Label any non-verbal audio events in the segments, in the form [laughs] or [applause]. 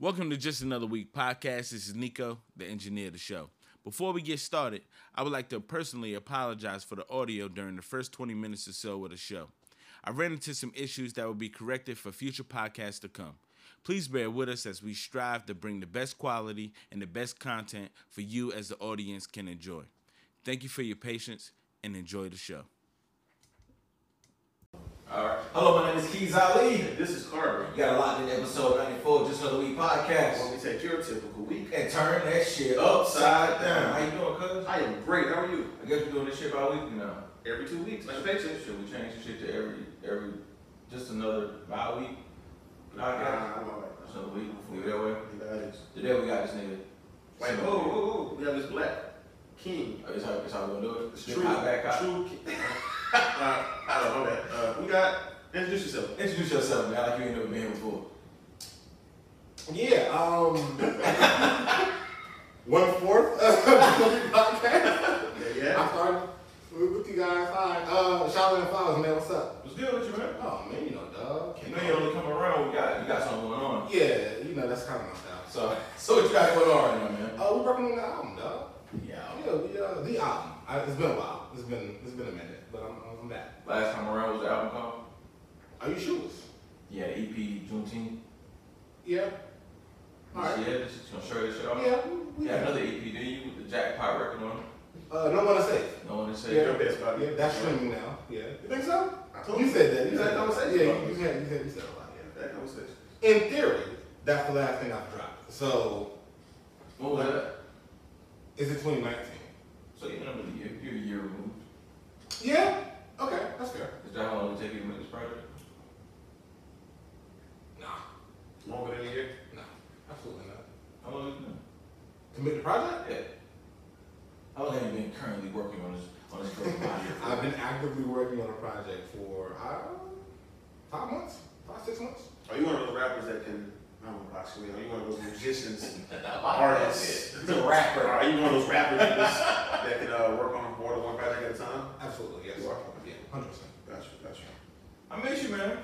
Welcome to Just Another Week podcast. This is Nico, the engineer of the show. Before we get started, I would like to personally apologize for the audio during the first 20 minutes or so of the show. I ran into some issues that will be corrected for future podcasts to come. Please bear with us as we strive to bring the best quality and the best content for you as the audience can enjoy. Thank you for your patience and enjoy the show. Hello, my name is Keys Ali. You This is Carver. got a lot in episode 94, just another week When podcast. we take your typical week, And turn that shit upside down. How you doing, cuz? I am great. How are you? I guess we're doing this shit by weekly now. Every two weeks, like a paycheck. Should we change the shit to every every just another bi week Nah, podcast? I'm all right. So we we that way. You got it. Today we got this nigga. Like, whoa, whoa, whoa. We have this black king. Oh, That's how, that's how we gonna do it. It's Big true. hot, back hot. True king. [laughs] uh, I don't know that. Uh, we got, introduce yourself. Introduce yourself, man. Like you ain't never been here before. Yeah, um, [laughs] one [laughs] fourth of the podcast. Yeah, I yeah. started with you guys. Hi, uh, Shaolin and Flowers, man. What's up? What's good with you, man? Oh man, you know, dog. You know you only come around when You we got got you got something going on. Yeah, you know that's kind of my style. So [laughs] so what you got going on right now, man? Oh, we're working on the album, dog. Yeah. Yeah, we, uh, the album. I, it's been a while. It's been it's been a minute, but I'm, I'm back. Last time around was the album called? Are you sure? Yeah, EP Juneteenth. Yeah. All Right. right. Yeah, this is gonna show this shit off. Yeah. We, You we had another EP, did you? With the jackpot record on it. Uh, no one to say. No one to say. your best, buddy. Yeah, that's streaming now. Yeah. You think so? I told You said that. You had said that that. conversation. Yeah, about you, you this. said you said you said a lot. Yeah, that conversation. in theory, that's the last thing I've dropped. So What was that? is it 2019? So you know, you're, you're a year removed. Yeah. Okay, that's fair. Is that how long it take you to make this project? Nah, Longer than a year. nah, absolutely not. How long have you been? Commit the project? Yeah. How long have you been currently working on this on this [laughs] current project? I've been actively working on a project for uh, five months, five six months. Are you one of those rappers that can, I don't know, box you in? Are you one of those [laughs] musicians? artist. He's a rapper. Are you one of those rappers that, just, that can uh, work on more than one project at a time? Absolutely, yes. You are? Yeah, hundred percent. Gotcha, gotcha. I miss you, man.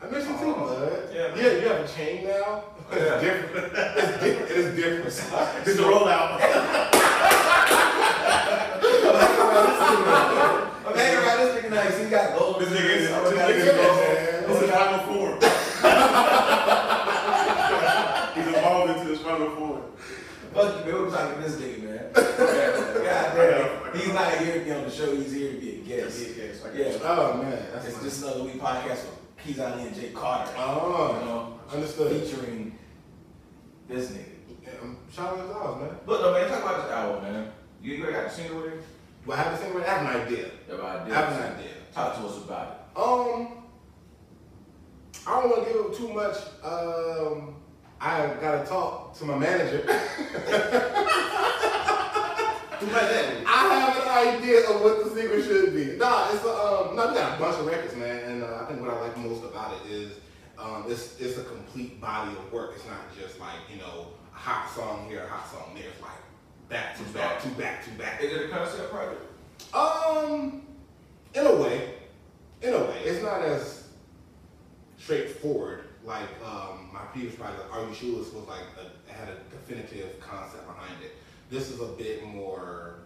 I miss you too, bud. Yeah. Oh, Yeah, you have a chain now. Yeah. It's different. [laughs] It's different. It's different. This is a rollout. I'm hanging around [laughs] this nigga nice. He got gold. This nigga is- I'm this not nigga even is- gold. This is final form. [laughs] He's evolved into his final form. Fuck you, man. We're talking to this nigga, man. [laughs] God damn. He's not here to be on the show. He's here to be a guest. Yes, yes, I Yeah. guess. Oh man, that's It's funny. just another week podcast with Keys Ali and Jay Carter. You oh, know, understood. featuring this nigga. Um, Shout out to Oz, man. Look, no, man, talk about this album, man. You, you got a single with it? Do I have the same way? I have an idea. About I have an idea. Talk to us about Um, I don't want to give up too much. Um, I gotta talk to my manager. Who made that? I have an idea of what the single should be. Nah, it's a, um, no, we got a bunch of records, man, and uh, I think what I like most about it is um, it's it's a complete body of work. It's not just like you know a hot song here, a hot song there. It's like back to back to back to back. it. Is it a concept project? Um, in a way, in a way, it's not as straightforward. Like um, my previous project, Are You Shoeless, was like a, had a definitive concept behind it. This is a bit more,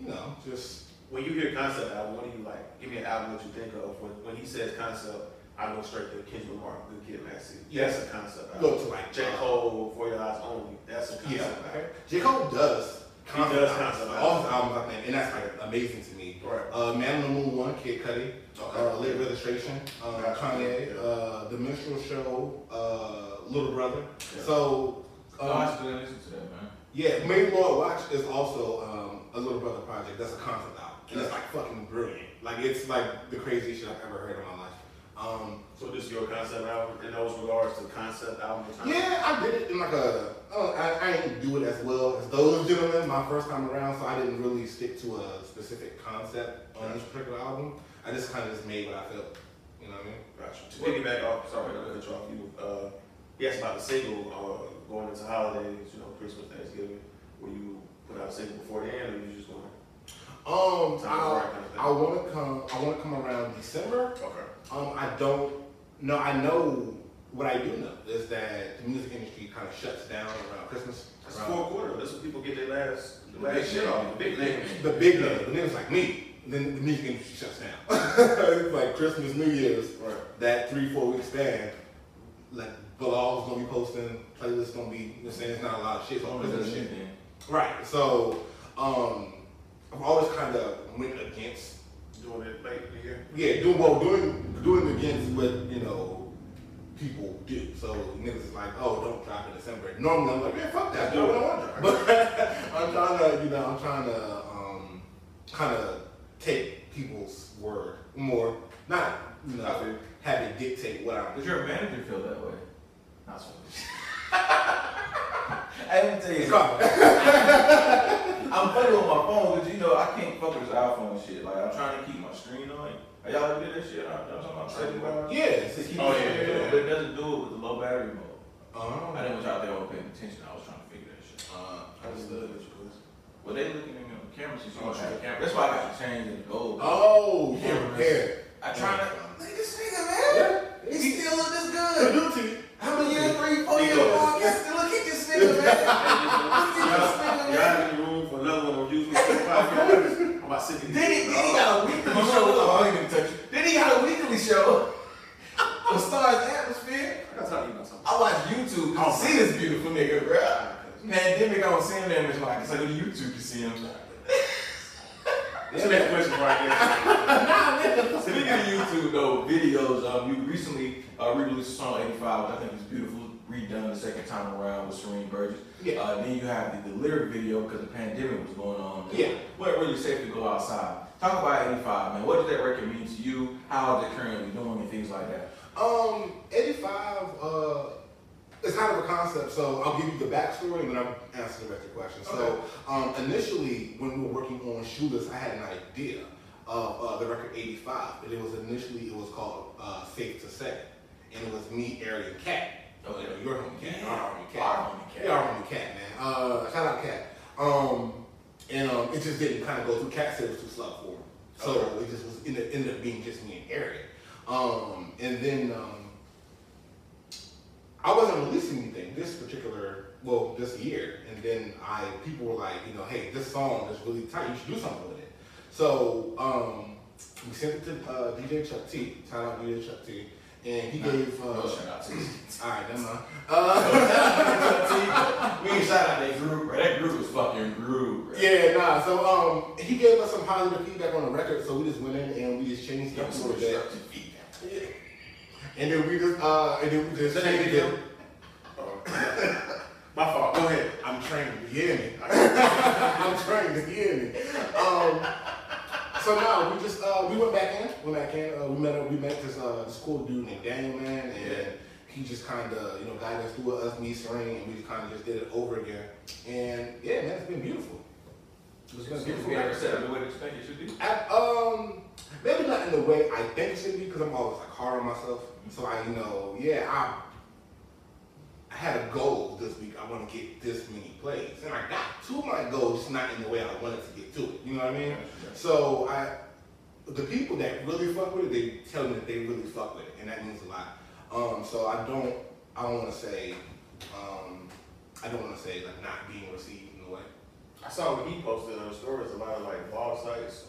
you know, just When you hear concept album, what do you like? Give me an album that you think of. When, when he says concept, I go straight to Kendrick Lamar, Good Kid, Maxie. Yeah. That's a concept go album. to like J. uh, Cole, For Your Eyes Only. That's a concept Yeah, album. J Cole does. He concept does albums, concept all his albums, I think, and that's like amazing to me. Right. Uh, Man on the Moon One, Kid Cudi, Okay. uh, Late Registration, uh, Gotcha. Kanye, Yeah. uh, The Minstrel Show, uh, Little Brother. Yeah. So, no, I um, still didn't listen to that, man. yeah, Main Lord Watch is also um, a Little Brother project. That's a concept album, and it's like fucking brilliant. Like it's like the craziest shit I've ever heard in my life. Um, So this is your concept album in those regards to concept album design? Yeah, I did it in like a. Oh, I, I didn't do it as well as those gentlemen my first time around, so I didn't really stick to a specific concept on this particular album. I just kind of just made what I felt. You know what I mean? Gotcha. To piggyback off, sorry, I cut you off. You, uh, you asked about the single uh, going into holidays, you know, Christmas, Thanksgiving. Will you put out a single before the end, or you just going Um, to I, right kind of thing? I want to come. I want to come around December. okay. Um, I don't. No, I know what I do know is that the music industry kind of shuts down around Christmas. That's around- fourth quarter. That's when people get their last, the Big last shit name. off. The big name. the big names, the names like me, then the music industry shuts down. [laughs] it's like Christmas, New Year's, Right. that three, four week span. Like blogs gonna be posting, playlists gonna be you know, saying it's not a lot of shit. So Only Christmas good shit. shit, man. Right. So um, I've always kind of went against Doing it late in the year. yeah, doing well, doing doing against what you know people do. So niggas is like, oh, don't drop in December. Normally I'm like, man, fuck that, do what I want to drop. But [laughs] I'm trying to, you know, I'm trying to um, kind of take people's word more, not you I know, feel. have it dictate what I'm. Does your manager feel that way? Not so much. [laughs] I didn't tell you. I'm fucking with my phone because you know I can't fuck with this iPhone shit. Like I'm trying to keep my screen on. Are y'all ever did that shit? I- I'm talking about trading Second [laughs] Yeah. To keep Oh, it- yeah, yeah, yeah. But it doesn't do it with the low battery mode. I Um, didn't want y'all there all paying attention. I was trying to figure that shit. uh, Understood. Well, they looking at me on the camera, so you Oh, don't have shit. a camera. That's why I got to change and go. oh, Yeah. yeah, yeah. I try to. Look at this nigga, Yeah. He's still look this They good. do it to you. How many years? Three, four He years goes. long. Yes, look at this [laughs] nigga, man. Y'all y'all have any room for another one [laughs] of you? I'm about sick of Then he, then he got a weekly show. I ain't gonna touch you. Then he got a weekly show. [laughs] The stars atmosphere. I gotta talk to you about something. I watch YouTube. I don't see this beautiful nigga, bro. Pandemic, I don't see him that much. Like, so YouTube to see him. That's the next question right [laughs] Speaking of YouTube though, videos. Um, you recently uh, re-released a song '85, which I think is beautiful, redone the second time around with Serene Burgess. Yeah. Uh, then you have the, the lyric video because the pandemic was going on. Yeah. Wasn't really safe to go outside. Talk about '85, man. What does that record mean to you? How is it currently doing and things like that? Um, 85, uh, it's kind of a concept, so I'll give you the backstory and then I'll answer the rest of the question. So, um, initially, when we were working on Shoeless, I had an idea of uh, the record 85, but it was initially, it was called uh, Safe to Say. And it was me, Arian Cat. Oh, you know, your homie Cat, Yeah. our homie Cat. Our homie Cat. Yeah, our homie Cat, man. Uh, shout out Cat. Um, and um, it just didn't kind of go through. Cat said it was too slow for him. So Okay. it just was, ended, ended up being just me and Arian. Um, and then um, I wasn't releasing anything this particular, well, this year. And then I, people were like, you know, hey, this song is really tight. You should do something with it. So um, we sent it to uh, DJ Chuck T. Shout out DJ Chuck T. And he gave. Uh, No shout out to you. all right, never mind. Uh, [laughs] We can shout out that group, bro. That group was fucking rude, bro. yeah, nah. So um, he gave us some positive feedback on the record, so we just went in and we just changed That it was a some little bit. destructive feedback. And then we just uh, and then we just Is that changed video? it. now. My fault. Go ahead. I'm trained to hear me. [laughs] I'm trained to hear me. Um, so now we just uh, we went back in, went back in. Uh, we met up- we met this uh, this cool dude named Daniel man, and Yeah. he just kind of you know guided us through us, me, Serene, and we just kind of just did it over again. And yeah, man, it's been beautiful. It's been a beautiful. record. the way that you think it should be. I, um, maybe not in the way I think it should be because I'm always like hard on myself. So I, you know, yeah, I, I had a goal this week. I want to get this many plays, and I got to my goal, just not in the way I wanted to get to it. You know what I mean? So I, the people that really fuck with it, they tell me that they really fuck with it, and that means a lot. Um, so I don't, I don't want to say, um, I don't want to say like not being received in a way. I saw what he posted on the stories, a lot of like blog sites,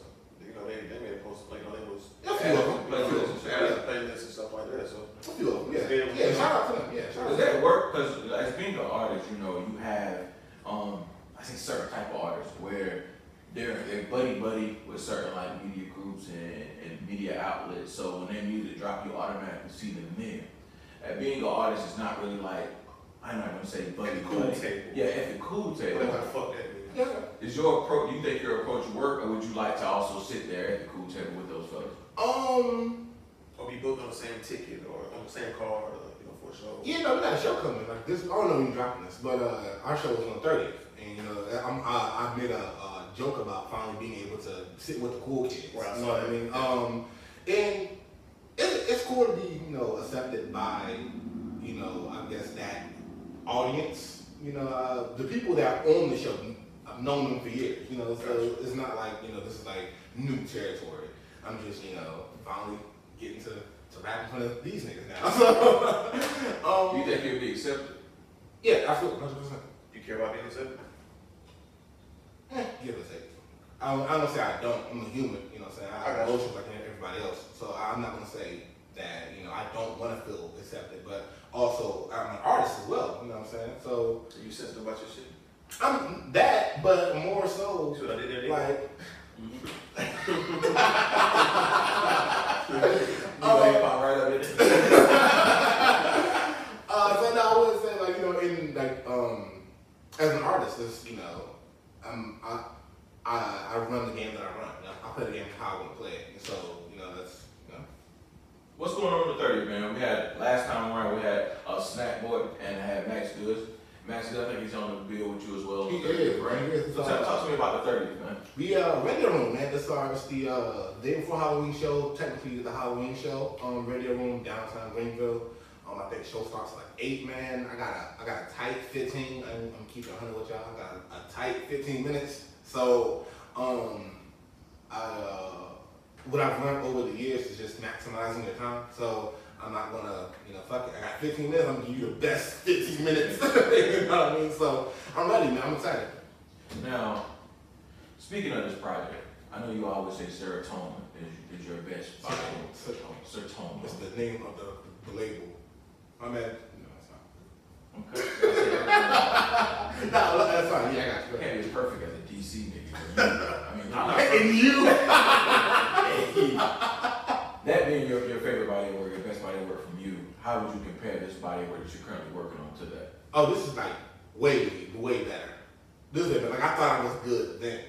you know, they, they made a post, like, you know, they was. Yeah, a few of them. Playlists, Yeah. yeah, playlists and stuff like that, so. A few of them, yeah, yeah. Shout out to them, yeah. Shout out to Does them. that work? Because as being an artist, you know, you have, um, I think certain type of artists where they're they're buddy buddy with certain like media groups and, and media outlets. So when their music drop, you automatically see them there. And being an artist is not really like I'm not gonna say buddy At the cool buddy. table. Uh-huh. Yeah, at the cool Like, table. what the fuck that means? Yeah. Is your approach? You think your approach work, or would you like to also sit there at the cool table with those folks? Um. Or be booked on the same ticket or on the same card or, you know, for a show. Yeah, no, we got a show coming. Like this, I don't know when you're dropping this, but uh, our show was on thirtieth, and you know, I'm, I, I made a, uh joke about finally being able to sit with the cool kids. Right, I You know saw what I that. mean? Um, and it, it's cool to be, you know, accepted by, you know, I guess that audience. You know, uh, the people that are on the show, I've known them for years. You know, so Gotcha. it's not like you know this is like new territory. I'm just you know finally getting to to rap in front of these niggas now. [laughs] So, You um, think you'll be accepted? yeah, absolutely, hundred percent. You care about being accepted? eh, Give or take. I don't, I don't say I don't. I'm a human. You know what I'm saying? I I have got you. emotions like everybody else. So I'm not gonna say that you know I don't want to feel accepted, but also I'm an artist as well. You know what I'm saying? So Are you sensitive about your shit? I'm that, but more so That's what I did there. nigga. like You gonna hip hop right up in it. Uh, so no, I wouldn't say like you know, in like um, as an artist, it's, you know, I'm, I, I I run the game that I run. You know? I play the game how I want to play it. And so you know that's you know. What's going on on the 30th, man? We had last time around we had uh, Snack Boy and I had Max Goods. Max Goods, I think he's on the bill with you as well. on He the 30th, is, right? he is. So tell, talk to me about the 30th, man. We uh Radio Room, man. This our it's the uh day before Halloween show, technically the Halloween show. Um Radio Room, downtown Greenville. Um I think show starts at, like eight, man. I got a I got a tight fifteen. I'm, I'm keeping hundred with y'all. I got a, a tight fifteen minutes. So um I uh what I've learned over the years is just maximizing your time. So I'm not gonna, you know, fuck it. I got 15 minutes. I'm gonna give you the best 15 minutes. [laughs] you know what I mean? So I'm ready, man. I'm excited. Now, speaking of this project, I know you always say serotonin is, is your [laughs] best bio. Serotonin. Serotonin. It's the name of the, the label. I'm at. No, that's [laughs] not. Okay. I No, that's fine. Yeah, I got you. can't be perfect as a DC nigga. [laughs] but you- I mean, I'm not And you. perfect. that being your, your favorite body of work, your best body of work from you, how would you compare this body of work that you're currently working on to that? Oh, this is like way, way better. This is better. like I thought I was good then.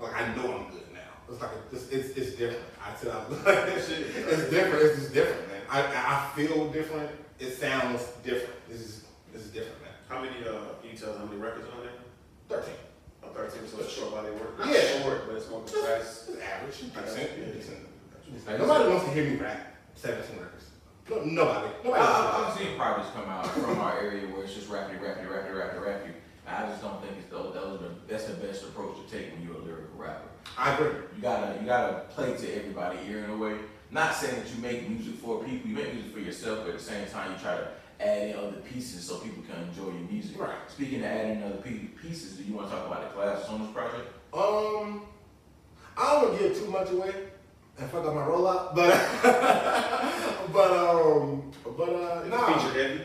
Like I know I'm good now. It's like it's it's, it's different. I said I was [laughs] It's different. It's just different, man. I I I feel different. It sounds different. This is this is different, man. How many, uh, can you tell us how many records are on there? Thirteen. Oh, 13, so it's short body work. Not Yeah. short, but it's more That's concise. average. Decent. Decent. I Nobody wants to hear me rap. Seventeen records. No, nobody. Nobody. I- I've wants to seen projects come out from our area where it's just rapidy, rapidy, rapidy, rapidy, rapidy. I just don't think it's the, that was the, that's the best approach to take when you're a lyrical rapper. I agree. You gotta you gotta play to everybody ear in a way. Not saying that you make music for people, you make music for yourself, but at the same time you try to add in other pieces so people can enjoy your music. Right. Speaking of adding other pe- pieces, do you want to talk about the class on this project? Um, I don't want to give too much away and fuck up my rollout, but [laughs] but um, but uh, nah. Feature heavy.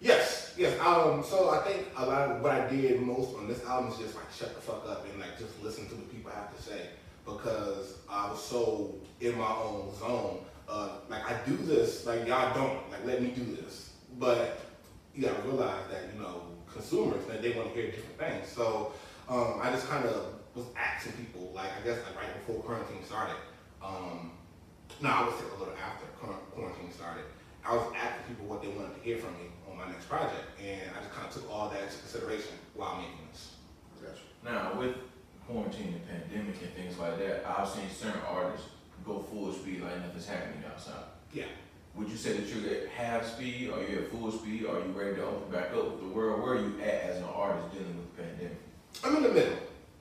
Yes, yes. Um, so I think a lot of what I did most on this album is just like shut the fuck up and like just listen to what people have to say because I was so in my own zone. Uh, like I do this, like y'all don't. Like let me do this, but you gotta realize that you know consumers that they want to hear different things. So um, I just kind of was asking people, like I guess like right before quarantine started. Um, no, I would say a little after quar- quarantine started. I was asking people what they wanted to hear from me on my next project, and I just kind of took all that into consideration while making this. Gotcha. Now with quarantine and pandemic and things like that, I've seen certain artists go full speed like nothing's happening outside. Yeah. Would you say that you're at half speed? Are you at full speed? Are you ready to open back up with the world? Where are you at as an artist dealing with the pandemic? I'm in the middle.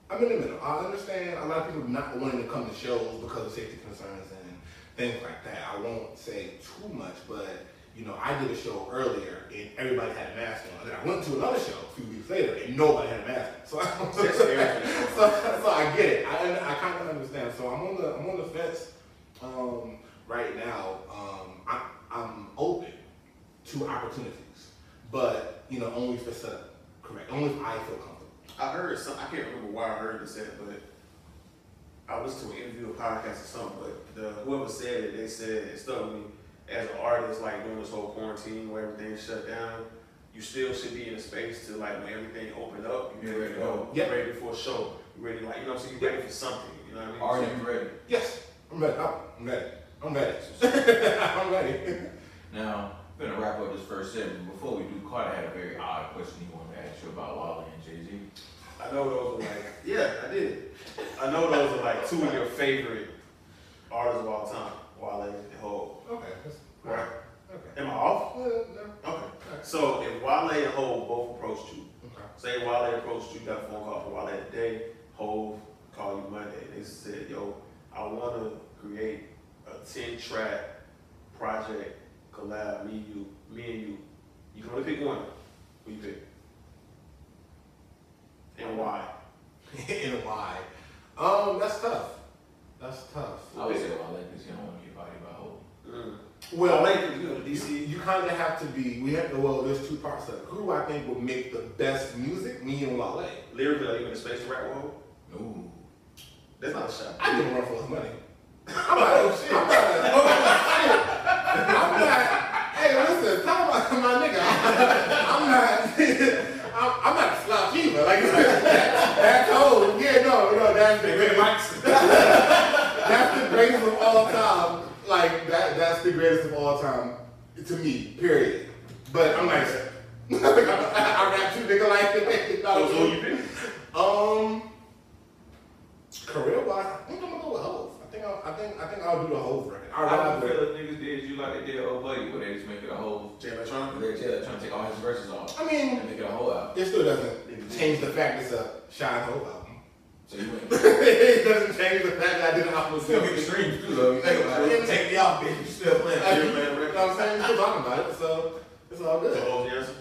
I'm in the middle. I understand a lot of people not wanting to come to shows because of safety concerns and things like that. I won't say too much, but you know, I did a show earlier and everybody had a mask on. And then I went to another show a few weeks later and nobody had a mask on. So [laughs] I don't That's everything. so, so I get it. I, I kind of understand. So I'm on the I'm on the fence um, right now. Um, I, I'm open to opportunities, but you know only if it's a correct, only if I feel comfortable. I heard some. I can't remember why I heard it said, but I listened to an interview, a podcast, or something. But the whoever said it, they said it stuck with me. As an artist, like during this whole quarantine where everything's shut down, you still should be in a space to like when everything opened up, you're ready to go. Yeah. You're ready for a show. You're ready, like you know, what I'm saying you're ready for something. You know what I mean? Are you ready? Yes, I'm ready. I'm I'm ready. I'm [laughs] ready. I'm ready. Now, I'm gonna wrap up this first segment. Before we do, Carter had a very odd question he wanted to ask you about Wally and Jay Z. I know those are like yeah, I did. I know those are like two of your favorite artists of all time, Wale and Hope. Okay. that's- Right? Okay. Am I off? Uh, no. Okay. So if Wale and Hove both approached you, Okay. say Wale approached you, got a phone call from Wale today, Hove called you Monday, they said, yo, I wanna create a ten track project, collab, me, you, me and you, you can only pick one. Who you pick? And why? [laughs] in a why. Um, that's tough. That's tough. I would say my Lakers. You don't want to get bodied by Hope. Mm. Well, Well, Lakers, you know, the You, DC. you kind of have to be. We have to. Well, there's two parts of it. Who do I think would make the best music? Me and Wale. Lyrically, are you in the space to rap with? Hov? No. That's not a shot. I give him run for his money. I'm not. Oh shit. I'm not. I'm not. I'm not hey, listen. Talk about my nigga. I'm not. I'm, I'm not a slouch either. Like [laughs] that, that's old. Yeah, no, no, that's the greatest. that's the greatest of all time. Like that. That's the greatest of all time to me. Period. But I'm like. [laughs] I, I rap you nigga like [laughs] it. So who you pick? Um, career wise, I think I'm gonna go with Hove. I think I'll, I think I think I'll do the Hove record. I I don't ride feel with. if niggas did you like they did old buddy where they just make it a whole. Jay Electronica? They're just trying to take all his verses off I mean, and make it a whole album. it still doesn't change the fact it's a Shine Hove album. [laughs] So you [laughs] went. it doesn't change the fact that I did an album Still myself. get the streams too though. You think about it. Take me off, bitch. You still playing Like, [laughs] you Iron know Man what record. I'm saying? It's bottom about it, so it's all So good. Hov's the answer?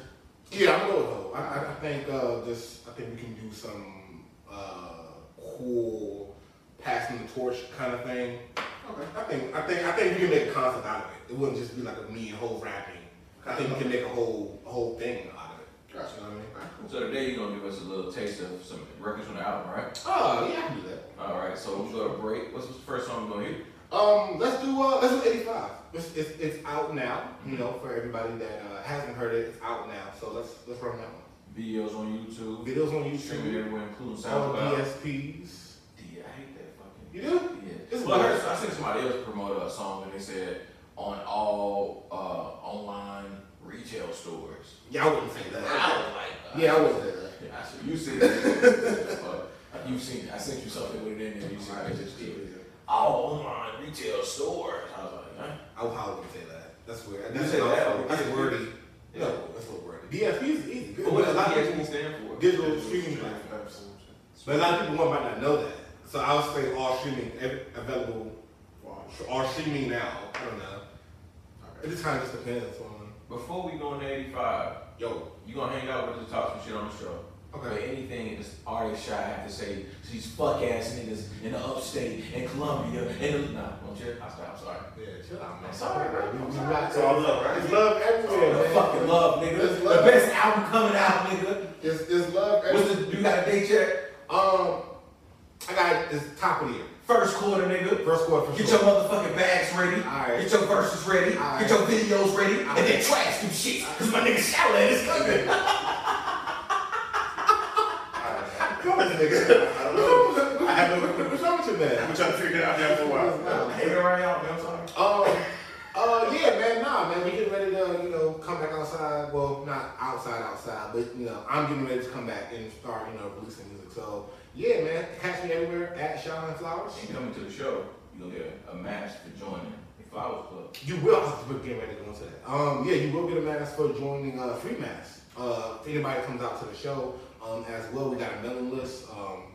Yeah, I'm going to go with Hove. I, I, I think uh, just I think we can do some uh, cool passing the torch kind of thing. Okay. I think I think I think we can make a concept out of it. It wouldn't just be like a me and whole rapping. I think we can make a whole a whole thing out of it. Gotcha. You know what I mean? So today you're gonna give us a little taste of some records from the album, right? Oh yeah, I can do that. All right. So we're gonna break. What's the first song we're gonna hear? Um, let's do uh, let's do eighty five. It's, it's it's out now. You know, for everybody that uh, hasn't heard it, it's out now. So let's let's run that one. Videos on YouTube. Videos on Streaming YouTube, everywhere, including all SoundCloud. DSPs. Yeah, I hate that fucking. You do? Yeah. It's Well, I, weird. heard, I seen somebody else promote a song and they said on all uh, online retail stores. Yeah, I wouldn't say I that. was like, uh, Yeah, I wouldn't say that. Yeah, I see- you seen [laughs] it. Uh, You've seen it. I sent you something with it in there. You seen it. Just did. All online retail stores. I was like, huh? I would probably say that. That's weird. You That's, said that, that's yeah. wordy. Yeah. No, that's not wordy. DSPs is easy. But what a does lot of people DSP stand for? digital streaming But a lot of people might not know that. So I would say all streaming ev- available, Wow. all streaming now. I don't know. It just kind of just depends on Before we go into 85, yo. you gonna hang out with us and talk some shit on the show. But Okay. anything this artist shy have to say to these fuck ass niggas in the upstate and Columbia and the, nah, don't you? I stop, I'm sorry. Yeah, chill out, man. I'm sorry, bro. We- I'm we sorry. rock That's all love, right? It's love everywhere, Oh, man. fucking love, nigga. It's The love. best album coming out, nigga. It's, it's love What's everywhere. the? You got a day check? Um, I got it's top of the year. First quarter, nigga. First quarter for Get your sure. motherfucking bags ready. Alright. Get your verses ready. Alright. Get your videos ready. Alright. And then trash some shit. Cause my nigga Shaolin is coming. Come on, [laughs] nigga. I don't know. What's wrong with- I have no- What's wrong with you, man? I'm trying to figure it out there for a while. Hanging around, y'all, man. I'm sorry. Um, uh, yeah, man, nah, man, we getting ready to, you know, come back outside. Well, not outside, outside, but you know, I'm getting ready to come back and start, you know, releasing music. So, yeah, man, catch me everywhere at Shine Flowers. And coming to the show, you gonna get a match for joining the Flowers Club. You will we're getting ready to go into that. Um, yeah, you will get a mask for joining uh, free mask. Uh, if anybody comes out to the show, um, as well, we got a mailing list. Um,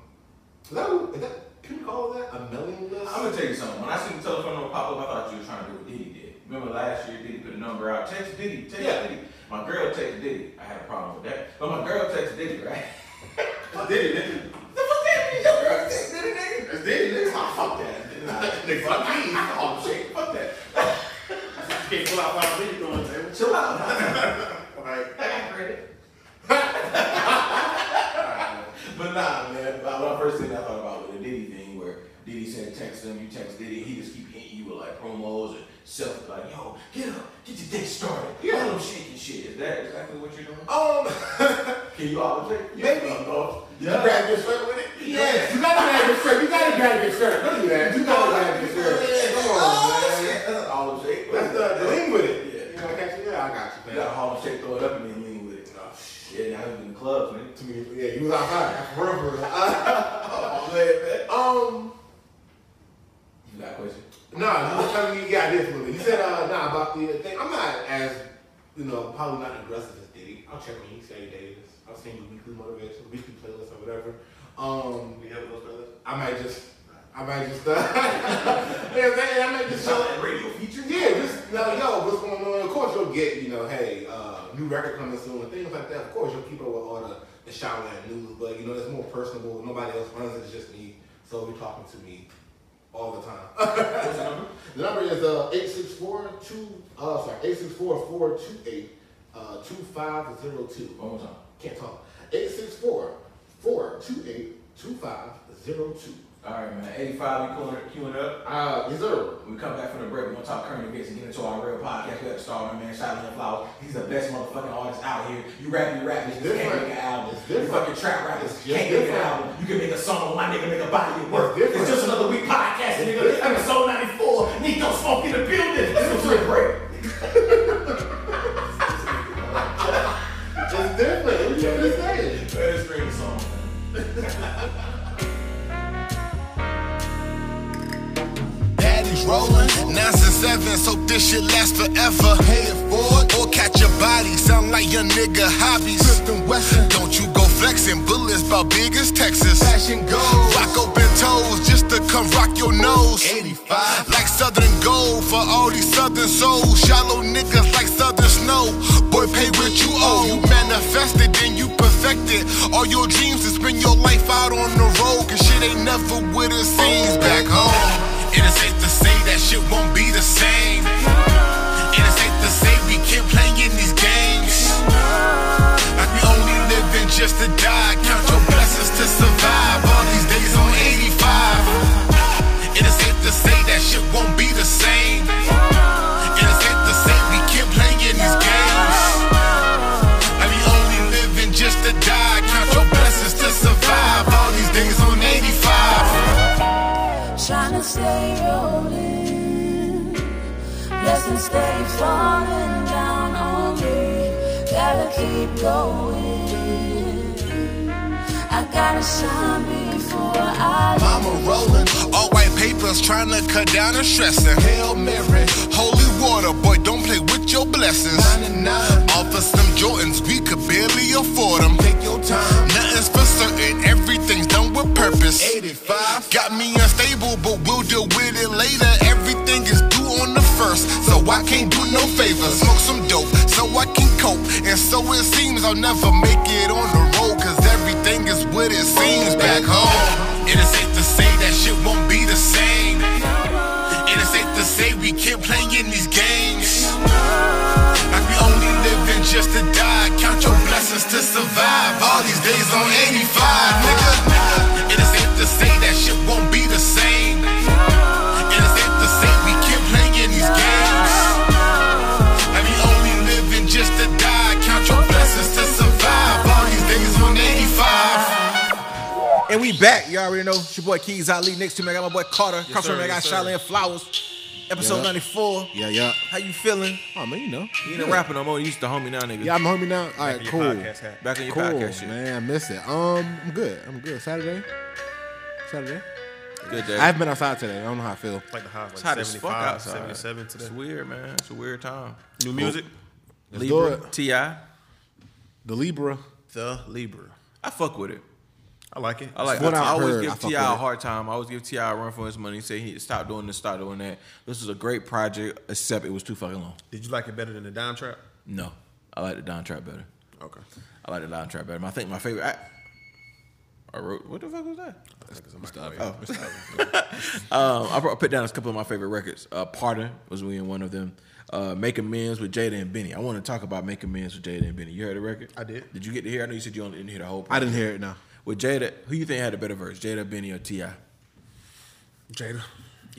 is that, is that can we call that a mailing list? I'm gonna tell you something. When I seen the telephone number pop up, I thought you were trying to do what Diddy did. Remember last year, Diddy put a number out. Text Diddy, text Yeah. Diddy. My girl texted Diddy. I had a problem with that. But my girl texted Diddy, right? [laughs] That's Diddy, nigga. the fuck that mean? Your girl texted Diddy, nigga? That's Diddy, nigga. Ah, Fuck that. Nigga, fuck me. Oh, shit. Fuck that. Can't pull out my video doing that. Chill [laughs] out. All right. I got credit. but nah, man. Like, when I first thing I thought about was the Diddy thing, where Diddy said text him, you text Diddy, he just keep hitting you with like promos and stuff like, yo, get up, get your dick started, yeah. Yeah. all them shaking shit. Is that exactly what you're doing? Um, [laughs] Can you all object? Maybe. Yeah. grab your shirt with it. Yes, you gotta grab your shirt. You gotta grab your shirt. Don't do that. You gotta grab your shirt. Come on, man. That's an all object. That's the, the lean with it. You Yeah. know, I got you. Oh, Yeah, I got you, man. You got a hall shake, throw it up, and then lean with it. Oh, Yeah, now you in the club, man. To me, yeah, you was outside. For real, for real. [laughs] Uh, Oh, man. um, You got a question? nah, you was telling me you got this with it. You said, uh, nah, about the thing. I'm not as, you know, probably not aggressive as Diddy. I'll check on you 30 days. I'll send you weekly motivation, weekly playlist, or whatever. Um, We have those brothers. I might just, I might just, [laughs] uh, yeah, man, I might just show Top radio feature. Yeah, just now, yo, what's going on? Of course, you'll get, you know, hey, uh, new record coming soon and things like that. Of course, you'll keep up with all the, the Shaolin news, but, you know, it's more personable. Nobody else runs it, it's just me. So you're talking to me all the time. [laughs] What's the number? the number is uh, 864-2, uh, sorry, 864-428. Uh, 2502. One more time. Can't talk. 864 428 2502. All right, man. 85, we pulling it, queuing up. Uh, reserve. When we come back from the break, we're going to talk current events and get into our real podcast. We have to start with my man, Shotgun Flowers. He's the best motherfucking artist out here. You rap, you rap, you It's just can't different. make an album. It's You different. fucking trap rappers It's just can't make an different. album. You can make a song, my nigga make a body of work. It's It's, different. just another week It's podcast, nigga. different. Episode 94, Nico Smoke in the building. Let's go to the break. It's different. What you want me to say? Let's bring the song. Daddy's rolling. Nine to seven, so this shit lasts forever. Pay it forward or catch your body. Sound like your nigga hobbies. Clifton Wesson. Don't you go flexing bullets about big as Texas. Fashion gold. Rock open toes just to come rock your nose. 85. Like Southern gold for all these Southern souls. Shallow niggas like Southern snow. Boy, pay what you owe. You manifested, then you perfected. All your dreams to spend your life out on the road. Cause shit ain't never what it seems back home. It is safe to say that shit won't be the same. It is safe to say we can't play in these games. Like we only living just to die. Count your blessings to survive. All these days on 85. It is safe to say that shit won't be the same. It is safe to say we can't play in these games. Like we only living just to die. Count your blessings to survive. All these days on 85. trying to stay rolling. Blessings stay falling down on me. Gotta keep going. I gotta shine before I leave. Mama rolling, all white papers trying to cut down and stressing. Hail Mary, holy water, boy, don't play with your blessings. Offer some Jordans, we could barely afford them. Take your time. Nothing's for certain, everything's done with purpose. 85. Got me unstable, but we'll deal with it later. Everything is due on the first, so I can't do no favors. Smoke some dope, so I can cope. And so it seems I'll never make it on the road, cause everything is what it seems back home. It is safe to say that shit won't be the same. It is safe to say we can't play in these games. Like we only living just to die. Count your blessings to survive. All these days on 85, nigga. It is safe to say that shit won't be the same. It is safe to say we can't play in these games. Like we only living just to die. Count your blessings to survive. All these days on 85. And we back. You already know. It's your boy Keys Ali. Next to me, I got my boy Carter. Comes sir, from me, I got yes, Shaolin Flowers. Episode Yeah. 94. Yeah, yeah. How you feeling? Oh man, you know. You Ain't a rapper no more. You used to homie now, nigga. Yeah, I'm a homie now. All right, your cool. podcast hat. Back on your cool, podcast shit. man. I miss it. Um, I'm good. I'm good. Saturday. Saturday. Good day. I haven't been outside today. I don't know how I feel. Like the high, like it's hot as fuck 75, outside. 77 today. It's weird, man. It's a weird time. New music. Let's do Libra, it. Ti, I The Libra. The Libra. fuck with it. I like it. I like. what I, I always heard. I give fuck Ti a with it. hard time. I always give Ti a run for his money. Say he stop doing this, stop doing that. This was a great project, except it was too fucking long. Did you like it better than the Dime Trap? No, I like the Don Trap better. Okay. I like the Don Trap better. I think my favorite. I, I wrote. What the fuck was that? [laughs] Um, I brought, put down a couple of my favorite records. Uh, Pardon was we in one of them. Uh, Make Amends with Jada and Benny. I want to talk about Make Amends with Jada and Benny. You heard the record? I did. Did you get to hear? I know you said you only didn't hear the whole. I didn't hear it. No. With Jada, who you think had a better verse, Jada, Benny, or Ti? Jada.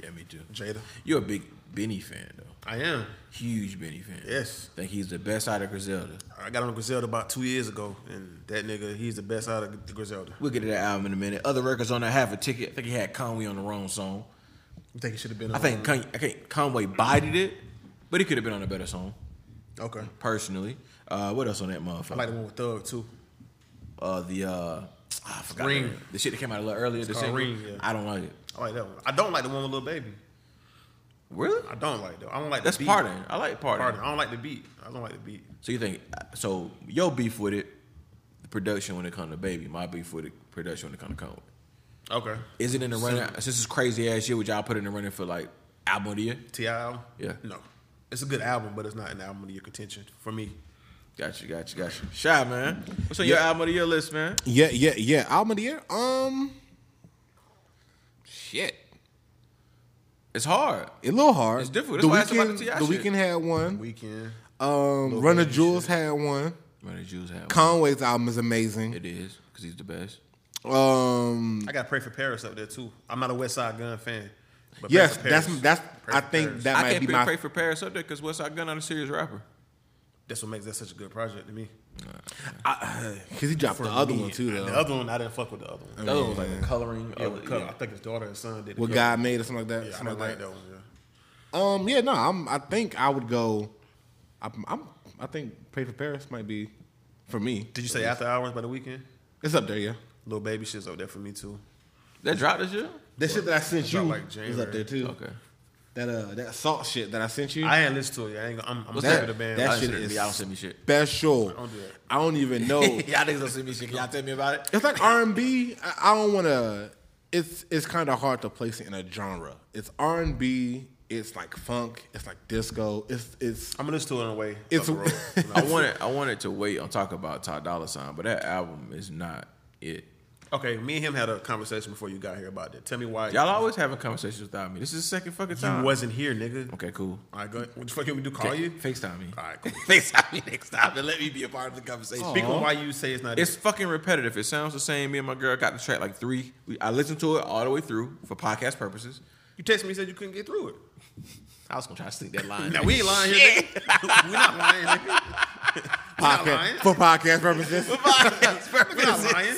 Yeah, me too. Jada. You're a big Benny fan though. I am. Huge Benny fan. Yes. Think he's the best out of Griselda. I got on Griselda about two years ago, and that nigga, he's the best out of the Griselda. We'll get to that album in a minute. Other records on that have a ticket. I think he had Conway on the wrong song. You think he should have been? I think Con- I think Conway bodied it, but he could have been on a better song. Okay. Personally, uh, what else on that motherfucker? I like the one with Thug too. uh, the uh, I forgot Ring. the, the shit that came out a little earlier this called year. Ring, yeah. I don't like it. I like that one. I don't like the one with Lil Baby. Really? I don't like that. I don't like That's the beat. Pardon. I like Pardon. Pardon. I don't like the beat. I don't like the beat. So you think so? Your beef with it, the production when it comes to Baby. My beef with it, production when it comes to Conway. Okay. Is it in the running? Since it's crazy ass year, would y'all put it in the running for like album of the year? Ti album? Yeah. No, it's a good album, but it's not an album of your contention for me. Gotcha, gotcha, gotcha. Shy man, what's on your album of the year list, man? Yeah, yeah, yeah. Album of the year. Um, Shit, it's hard. a little hard. It's difficult. That's The why I asked about the weekend. T.I. The shit. weekend had one. Weekend. Um, Runner Jewels had one. Running Jews have one. Conway's album is amazing. it is because he's the best. Um, I got to pray for Paris up there too. I'm not a West Side Gun fan. But yes, Pray for Paris. that's that's. Pray I for think Paris. that I might can't be pray, my. pray for Paris up there because Westside Gun not a serious rapper. that's what makes that such a good project to me. [sighs] Cause he dropped the other Me, one too, I- though. The other one, I didn't fuck with the other one. The other one's Oh, like a coloring. Yeah, other- with Cub. yeah. I think his daughter and son did. it. What Yeah. God made or something like that. Yeah, I something didn't like like that. that one. Yeah. Um, yeah, no, I'm. I think I would go. I'm. I'm I think pray for Paris might be, for me. Did you say after hours by the weekend? It's up there, yeah. Little baby shit's up there for me too. That dropped this year. That shit that I sent you About like is up January. there too. Okay. That uh, that salt shit that I sent you. I ain't listen to it. yet. I ain't. gonna- I'm, I'm What's sick that? of the band. That Y'all shit send me- is- Y'all send me shit. special. Don't do that. I don't [laughs] even know. [laughs] y'all niggas don't send me shit. Can y'all tell me about it? It's like R and B. I I don't want to. It's it's kind of hard to place it in a genre. It's R and B. It's like funk. It's like disco. It's it's I'm gonna listen to it in a way. It's- It's [laughs] road. I wanted I wanted to wait on talk about Todd Dollar Sign, but that album is not it. okay. Me and him had a conversation before you got here about that. Tell me why Y'all always having conversations without me. This is the second fucking you time. wasn't here, nigga. okay, cool. All right, go. Ahead. What the fuck you want me to do? Call Okay, you? FaceTime me. All right, [laughs] cool. FaceTime me next time and let me be a part of the conversation. Speak on why you say it's not. It's It's fucking repetitive. It sounds the same. Me and my girl got the track like three. We, I listened to it all the way through for podcast purposes. you texted me and said you couldn't get through it. I was gonna try to sneak that line. Now we ain't lying here. Nigga. [laughs] We're not lying. Nigga. podcast lying. for podcast purposes. [laughs] We're not lying.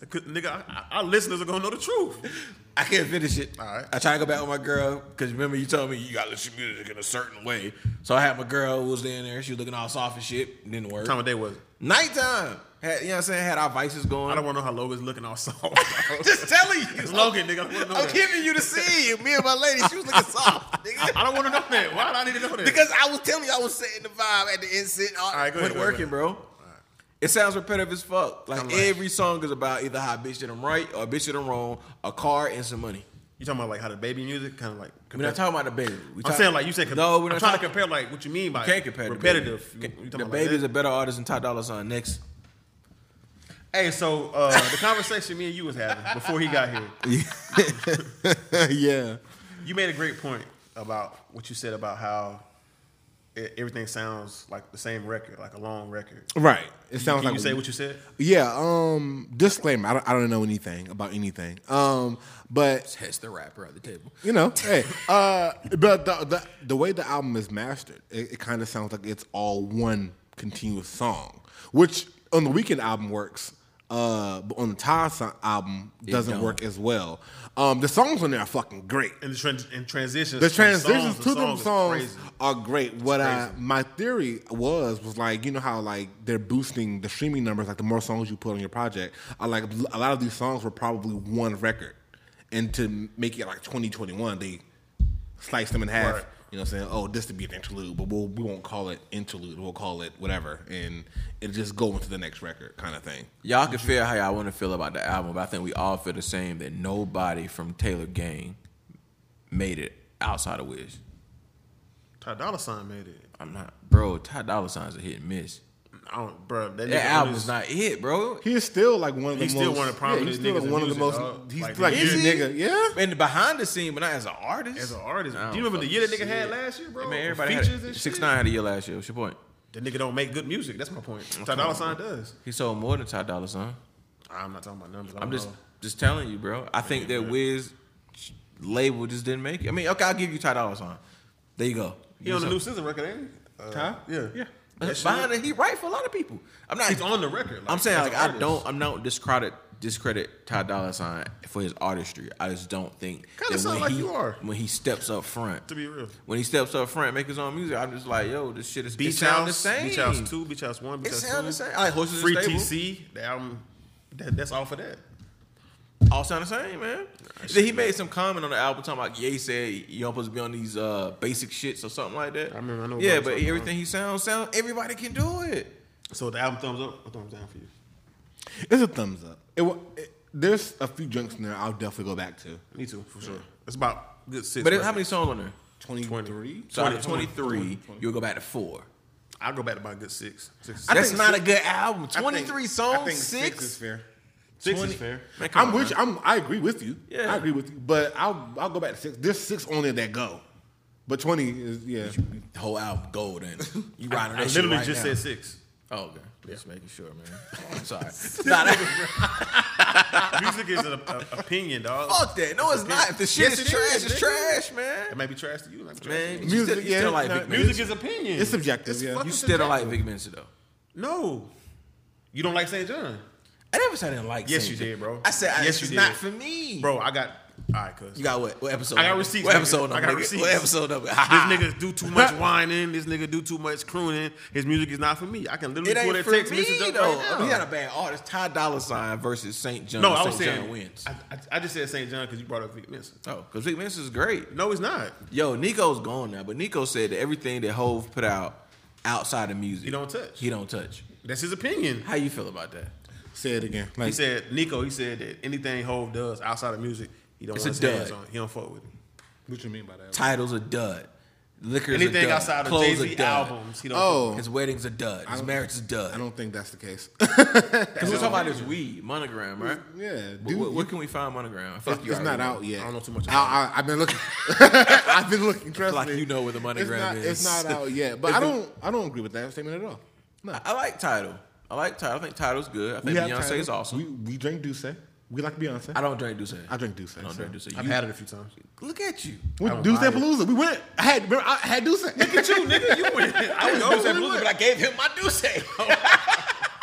I [laughs] could- nigga, I- I- our listeners are gonna know the truth. I can't finish it. All right. I tried to go back with my girl because remember you told me you gotta listen to music in a certain way. So I had my girl who was in there. She was looking all soft and shit. Didn't work. Time of day was. Nighttime. Had, you know what I'm saying? Had our vices going. I don't want to know how Logan's looking all [laughs] soft. Just telling you. It's Logan, nigga. I don't want to know I'm that. giving you the scene. Me and my lady, she was looking soft, nigga. I don't want to know that. Why do I need to know that? Because I was telling you, I was setting the vibe at the instant. All, right, go ahead, Wasn't go ahead, working, bro. It sounds repetitive as fuck. Like, I'm like- every song is about either how a bitch did them right or a bitch did them wrong, a car and some money. you talking about like how the baby music kind of like. We're not talking about the baby. We I'm talk- saying like you said. no. We're I'm not trying talking. to compare like what you mean by Can't compare the repetitive. Baby. You- you talking the about baby like is a better artist than Ty Dolla Sign. Next, that? Hey, so uh, the conversation me and you was having before he got here, [laughs] yeah, [laughs] you made a great point about what you said about how e- everything sounds like the same record, like a long record. right. It sounds Can like you say what you said? Yeah. Um. Disclaimer. I don't, I don't know anything about anything. Um. But that's the rapper at the table. you know, hey. [laughs] Uh. But the the, the way the album is mastered, it, it kind of sounds like it's all one continuous song, which on the weekend album works. Uh, but on the Todd son- album doesn't don't. work as well. Um, the songs on there are fucking great. And the trans- and transitions. The from transitions songs to them is songs crazy. are great. What I, crazy. my theory was was like you know how like they're boosting the streaming numbers. Like the more songs you put on your project, I like a lot of these songs were probably one record, and to make it like twenty twenty one, they slice them in half. Right. You know, what I'm saying, oh, this to be an interlude, but we'll, we won't call it interlude. We'll call it whatever, and it'll just go into the next record, kind of thing. Y'all can feel how y'all want to feel about the album, but I think we all feel the same that nobody from Taylor Gang made it outside of Wiz. Ty Dolla Sign made it. I'm not, bro. Ty Dolla Sign's a hit and miss. I don't, bro. That, That nigga always- album's not hit, bro. He's still like one of the He's most. still one of the prominent yeah, he's still niggas in one of the music, most. dog. He's Like, like is this he? nigga, yeah. And behind the scene, but not as an artist. As an artist, I don't do you remember the fucking year that nigga see had it. last year, bro? I mean, everybody Features had and it. Six shit? nine had a year last year. What's your point? The nigga don't make good music. That's my point. Ty Dolla Sign does. He sold more than Ty Dolla Sign. I'm not talking about numbers. I I'm don't just know. just telling you, bro. I think that Wiz label just didn't make it. I mean, okay, I'll give you Ty Dolla Sign. There you go. He on the new Scissor record, ain't he? Uh, Ty? Yeah. Yeah. But behind it, he right for a lot of people. I'm not. He's on the record. [laughs] I'm saying as like an I artist. don't. I'm not discredit discredit Ty Dolla Sign for his artistry. I just don't think Kinda that sound when like he you are. when he steps up front. To be real. when he steps up front, and make his own music. I'm just like, yo, this shit is it Beach sound House, the same. Beach House Two, Beach House One, Beach It House sound Two. the same. All right, horses and Free Stable. TC. The album. That, that's all for that. all sound the same, man. Then he made some comment on the album talking about Ye said you all supposed to be on these uh, basic shits or something like that. I remember- I know what yeah, you're but talking about. everything he sounds sound everybody can do it. So the album thumbs up or thumbs down for you? It's a thumbs up. It, wa- it there's a few junks in there I'll definitely go back to. Me too, for sure. It's about good six. But it, records. how many songs on there? 23? So out of 23, you'll go back to four. I'll go back to about a good six. Six, That's six, not a good album. I think- 23 songs, I think six? is fair. six is 20 fair. Man, come I'm on, with you. man. I'm, I agree with you. Yeah. I agree with you. But I'll I'll go back to six. There's six on there that go. But 20 is, yeah. The whole album gold and you riding [laughs] I that shit literally right just now. said six. Oh, okay. Just making sure, [laughs] man. I'm sorry. Nah, that- Music is an op- a- opinion, dog. fuck that. No, it's not. If the shit Yes, is it trash, is, it's nigga. trash, man. It may be trash to you. Like trash Man, to you me. Music, still, you yeah, still like no, Vic Mensa. music is opinion. It's subjective, yeah. You still don't like Vic Mensa, though. no. You don't like St. John, I never said I didn't like Yes, Saint you John. did, bro. I said, I, Yes, it's you did. not for me. bro. I got all right, cuz You got what? What episode? I got number? receipts, What nigga. episode number? I got nigga? receipts. What episode [laughs] number? This nigga do too much whining. This nigga do too much crooning. His music is not for me. I can literally It pull ain't that for text me message up though. right now. we got a bad artist. Ty Dolla Sign versus Saint John. no, I Saint was saying John wins. I, I, I just said St. John because you brought up Vic Mensa. oh, because Vic Mensa is great. No, it's not. Yo, Nico's gone now, but Nico said that everything that Hove put out outside of music, He don't touch. He don't touch. That's his opinion. How you feel about that? Say it again. He Like, said Nico. He said that anything Hove does outside of music, he don't It's want a his hands dud. on. it. He don't fuck with it. what you mean by that? Title's a dud. Liquor's a Anything dud. outside of Jay Clothes a Z dud. albums, he don't. fuck Oh, His wedding's a dud. His marriage is a dud. I don't think that's the case. [laughs] Because we're talking about this weed monogram, right? yeah. Wh- wh- Dude, Where, can we find monogram? I feel it's, like you it's not already know. out yet. I don't know too much I, about I, I've been looking. [laughs] I've been looking. Trust Like me. you know where the money it's grab not, is. It's not out yet. But If I it- don't. I don't agree with that statement at all. No. I- I like title. I like title. I think title's good. I think Beyonce is awesome. We, we drink Douce. We like Beyonce. I don't drink Douce. I drink Douce. I don't drink Douce. I've You- had it a few times. Look at [laughs] you. We I don't Douce buy it. Palooza. We went. I had. Remember, I had Douce. Look at you, nigga. You went. I was Douce Palooza, but I gave him my Oh, Douce. [laughs]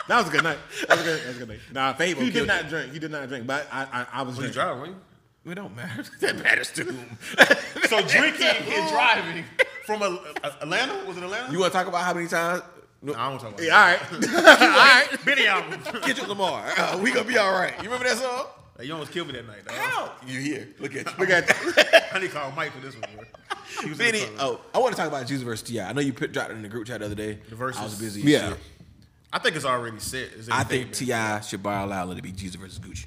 That was a good night. That was a good, that was a good night. Nah, Fable He did killed not drink. He did not drink. But I, I, I was You drinking. driving? ain't it don't matter. [laughs] That matters to [laughs] whom. you? So drinking and driving from a, a- Atlanta? Was it Atlanta? You want to talk about how many times? I don't want to talk about Yeah, all [laughs] [laughs] right. all right. that. Benny album. Kendrick Lamar. Uh, we gonna be all right. You remember that song? Hey, you almost killed me that night, dog. How? You here? Look [laughs] at you. Look at you. I need to call Mike for this one, [laughs] bro. He was in the Benny. car. Oh, I want to talk about Jesus versus Ti. I know you put, dropped it in the group chat the other day. The verses. uh, I was busy. Yeah. Yeah. Shit. I think it's already set. Is I anything think been- Ti should buy a Lala to be Jesus versus Gucci.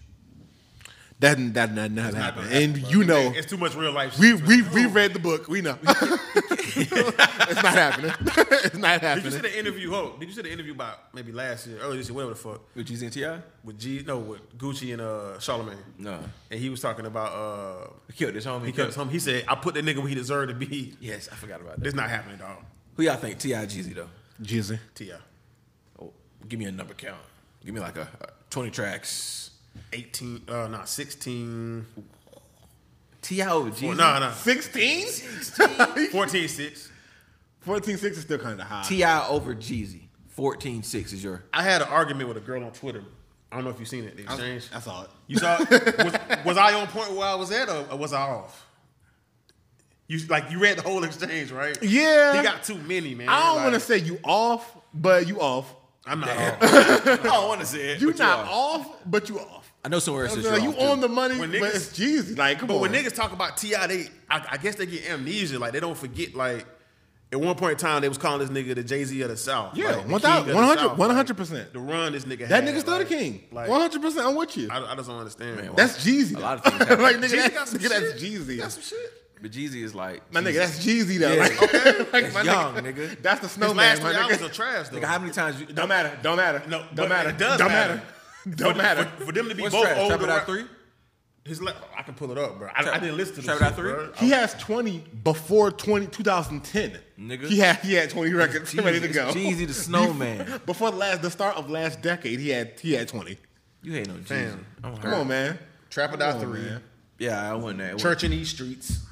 That that that not, not not happened. gonna And happen, bro. you know, it's too much real life. we shit. we we read the book. We know. [laughs] [laughs] it's not happening. [laughs] it's not Did you see happening. the interview? Hope. Did you see the interview about maybe last year, earlier this year, whatever the fuck, With Jesus and Ti? with G? No, with Gucci and uh Charlemagne. No. And he was talking about uh He killed his homie. he comes home. He said, "I put that nigga where he deserved to be." Yes, I forgot about that. It's not happening, dog. Who y'all think? Ti Jeezy though. Jizzy. Ti, Oh, give me a number count. Give me like a, a twenty tracks. eighteen, uh, nah, sixteen. Ti over Jeezy. Well, nah, nah, [laughs] 16? 14, six. 14 6 is still kind of high. Ti over Jeezy. Fourteen six is your. I had an argument with a girl on Twitter. I don't know if you've seen it. The exchange. I saw it. You saw? was, was I on point where I was at, or, or was I off? You like you read the whole exchange, right? Yeah. He got too many, man. I don't Like, want to say you off, but you off. I'm not off. [laughs] I don't want to say it. You but not are. off, but you off. I know somewhere it says Like, you you're off, on too. the money, When but niggas- it's Jeezy. Like, come But on. when niggas talk about Ti, they I, I guess they get amnesia. Like they don't forget. Like at one point in time, they was calling this nigga the Jay Z of the South. Yeah, like, the 100 king of the 100 South, 100%. The run this nigga. had, that nigga still like- the king. Like One hundred percent, I'm with you. I, I just don't understand. Man, why- that's Jeezy. A though. lot of things happen. like nigga, Jeezy that's, got some nigga, that's shit. Jeezy. That's some shit. But Jeezy is like my nigga, Jesus. that's Jeezy though. Yeah. Like, [laughs] like, my young, nigga, nigga. That's the His snowman. last My three albums are nigga. trash though. Nigga, how many times you Don't matter. Don't matter. No, but don't matter. it does don't matter. matter. Don't matter. For, for them to be What's both trash? older. Trap It Out [laughs] Three? His la- I can pull it up, bro. I, I didn't listen to Trap this It Out shit, Three? bro. He has 20 before 20, 2010. Nigga. He had he had 20 records Jeezy, ready to it's go. [laughs] [laughs] Jeezy the Snowman. Before the last the start of last decade, he had he had 20. You hate no Jeezy. Damn. I'm hurt. Come on, man. Trap It Come Out on, Three. man. Yeah, I wouldn't. that. Church in these streets.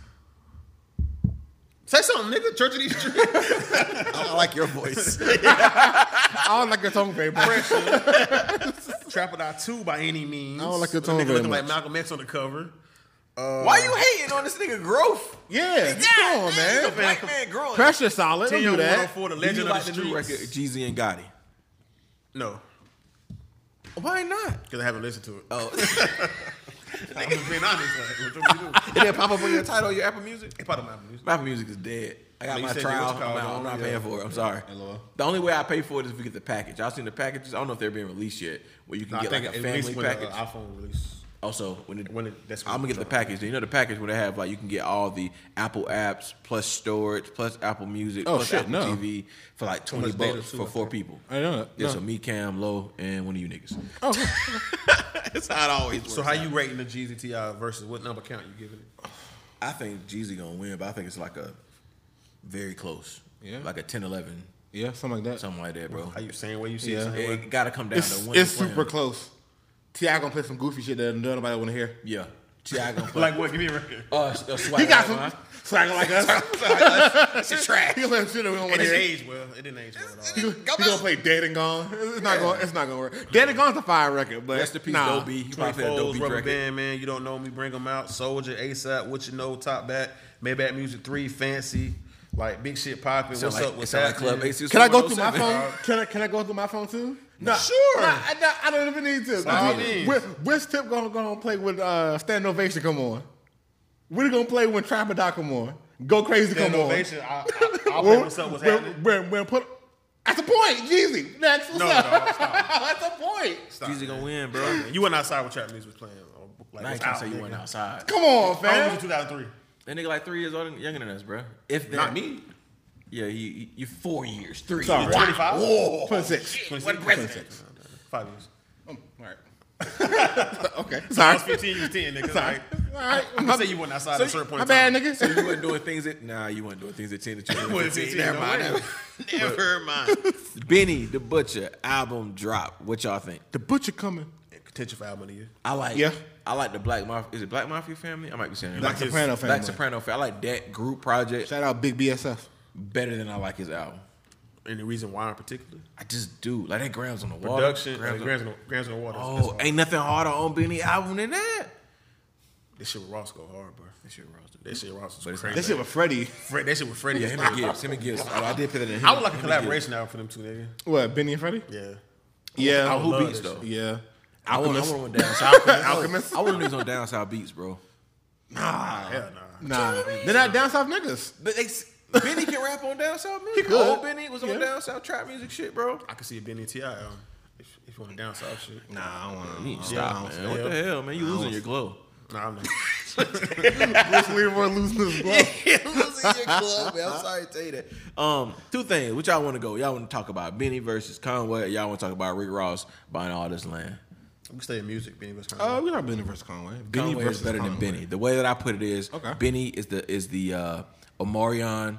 Say something, nigga. Church in these streets. [laughs] I like your voice. [laughs] I don't like your song very much. [laughs] Trap It Out Two by any means. I don't like your That tone nigga very looking like much. Malcolm X on the cover. Why you hating on this nigga growth? Yeah. Come on, He's a man. black man growing. Pressure solid. Don't Ten do that. 104, the Do you legend like of the, the, new streets. record Jeezy and Gotti? No, Why not? because I haven't listened to it. [laughs] Oh, I'm just being honest. Like, what you gonna do? it didn't pop up on your title, your Apple Music. It's part of my music. My Apple Music is dead. I got You my said trial. what I'm, you called out. it, I'm not yeah. paying for it. I'm sorry. LOL. The only way I pay for it is if we get the package. I've seen the packages. I don't know if they're being released yet, where you can No, I get like think a at least family when the package. uh, iPhone release. Also, when, it, When it- that's when I'm gonna it get the drop. package. You know the package where they have like you can get all the Apple apps plus storage plus Apple Music Oh, plus shit, Apple no. TV for like twenty much data bucks too, for I four people. I know that. Yeah, No. so me, Cam, Low, and one of you niggas. Oh, That's how it always works. So how you rating the Jeezy Ti uh, versus what number count you giving it? I think Jeezy gonna win, but I think it's like a very close. Yeah. Like a 10 11, yeah, something like that. something like that, bro. How you saying where you see Yeah. it? same way? It gotta come down It's, to one. it's super close. Ti gonna play some goofy shit that nobody want to hear. Yeah. Ti gonna play. Like what? Give me a record. uh, s- uh, swag He got Like some Mine. swagger [laughs] like us. [laughs] It's a trash. He gonna play some shit that we don't It want to didn't hear. age well. It didn't age well at all. [laughs] He gonna play Dead and Gone. It's not going. It's not gonna work. Dead and Gone's a fire record, but Rest in peace, nah. Dope B. He Trey probably played a Dope Foles, B Rubber record. Band Man, You Don't Know Me, Bring Them Out, Soldier, ASAP, What You Know, Top Bat, Maybach Music 3, Fancy, like Big Shit Poppin', Sound What's like, Up, it What's sound like Happening. Club AC. Can I go through [laughs] my phone? Can I can I go through my phone too? No, oh Sure. No, I, no, I don't even need to. all Wh- means. wh- Which tip gonna gonna play with uh, stand ovation? Come on, we're gonna play when Trapper Doc come on. Go crazy, Stand come on. Ovation, I, I, I'll play When- What's Up, What's when- Happening. when- when put at the point, Jeezy. Next, what's No, up? dog, [laughs] stop. at the point. Stop, Jeezy man. gonna win, bro. You went outside with trap music was playing. or, Like, I was ain't trying out, to say you went nigga. outside. Come on, How old was fam. you, 2003? That nigga like three years older, younger than us, bro. If that. Not me. Yeah, he, he, you four years, three. Sorry. years. 25? Whoa. 26. 26? president. Five years. Oh, all right. okay. Sorry. I was 15, you was [laughs] 10, nigga. Sorry. Like, All right. I'm gonna say you went outside at a certain point My in time. bad, nigga. You weren't doing things that nah, you weren't doing things that ten that you wasn't 15, Never no mind. way. Never, never [laughs] mind. [laughs] Benny the Butcher album drop. What y'all think? The butcher coming. Potential for album of the year. I like. Yeah. I like the Black Mafia. Is it Black Mafia Family? I might be saying it. Black Like his- Soprano Family. Black Soprano Family. I like that group project Shout out Big BSF. better than I like his album. Any reason why in particular? I just do like that grounds on the wall. Production, Grounds Grams, on- Grams, on, Grams on the Water. oh, ain't nothing harder on Benny album than that. This shit with Ross go hard, bro. That shit with Ross. That shit with Ross But was it's crazy. not- That shit with Freddie. Fred, that shit with Freddie. Yeah, is him crazy. and Gibbs. Him and Gibbs. Oh, I did put it in. Him, I would like a him and collaboration album for them two, nigga. What, Benny and Freddie? Yeah. Yeah. Gibbs. love Who beats that though? Yeah. I want, I Alchemist. want one down south. [laughs] Alchemist. I want niggas on down south beats, bro. Hell nah. Nah. They're not down south niggas. But they, s- Benny can rap on down south music. He could. Old Benny was on Yeah. down south trap music shit, bro. I could see a Benny T.I. album if, if you want to down south shit. Nah, I don't want You Stop, man. What the hell, man? You losing your glow. Nah, I'm not. [laughs] Bruce Leroy losing his [laughs] glove. You're losing your glow, man. I'm sorry to tell you that. Um, two things. Which y'all want to go? Y'all want to talk about Benny versus Conway? Y'all want to talk about Rick Ross buying all this land? We stay in music, Benny was kind Uh, we not Benny versus Conway. Benny Conway versus is better Conway. than Benny. The way that I put it is, Okay. Benny is the is the uh, Omarion,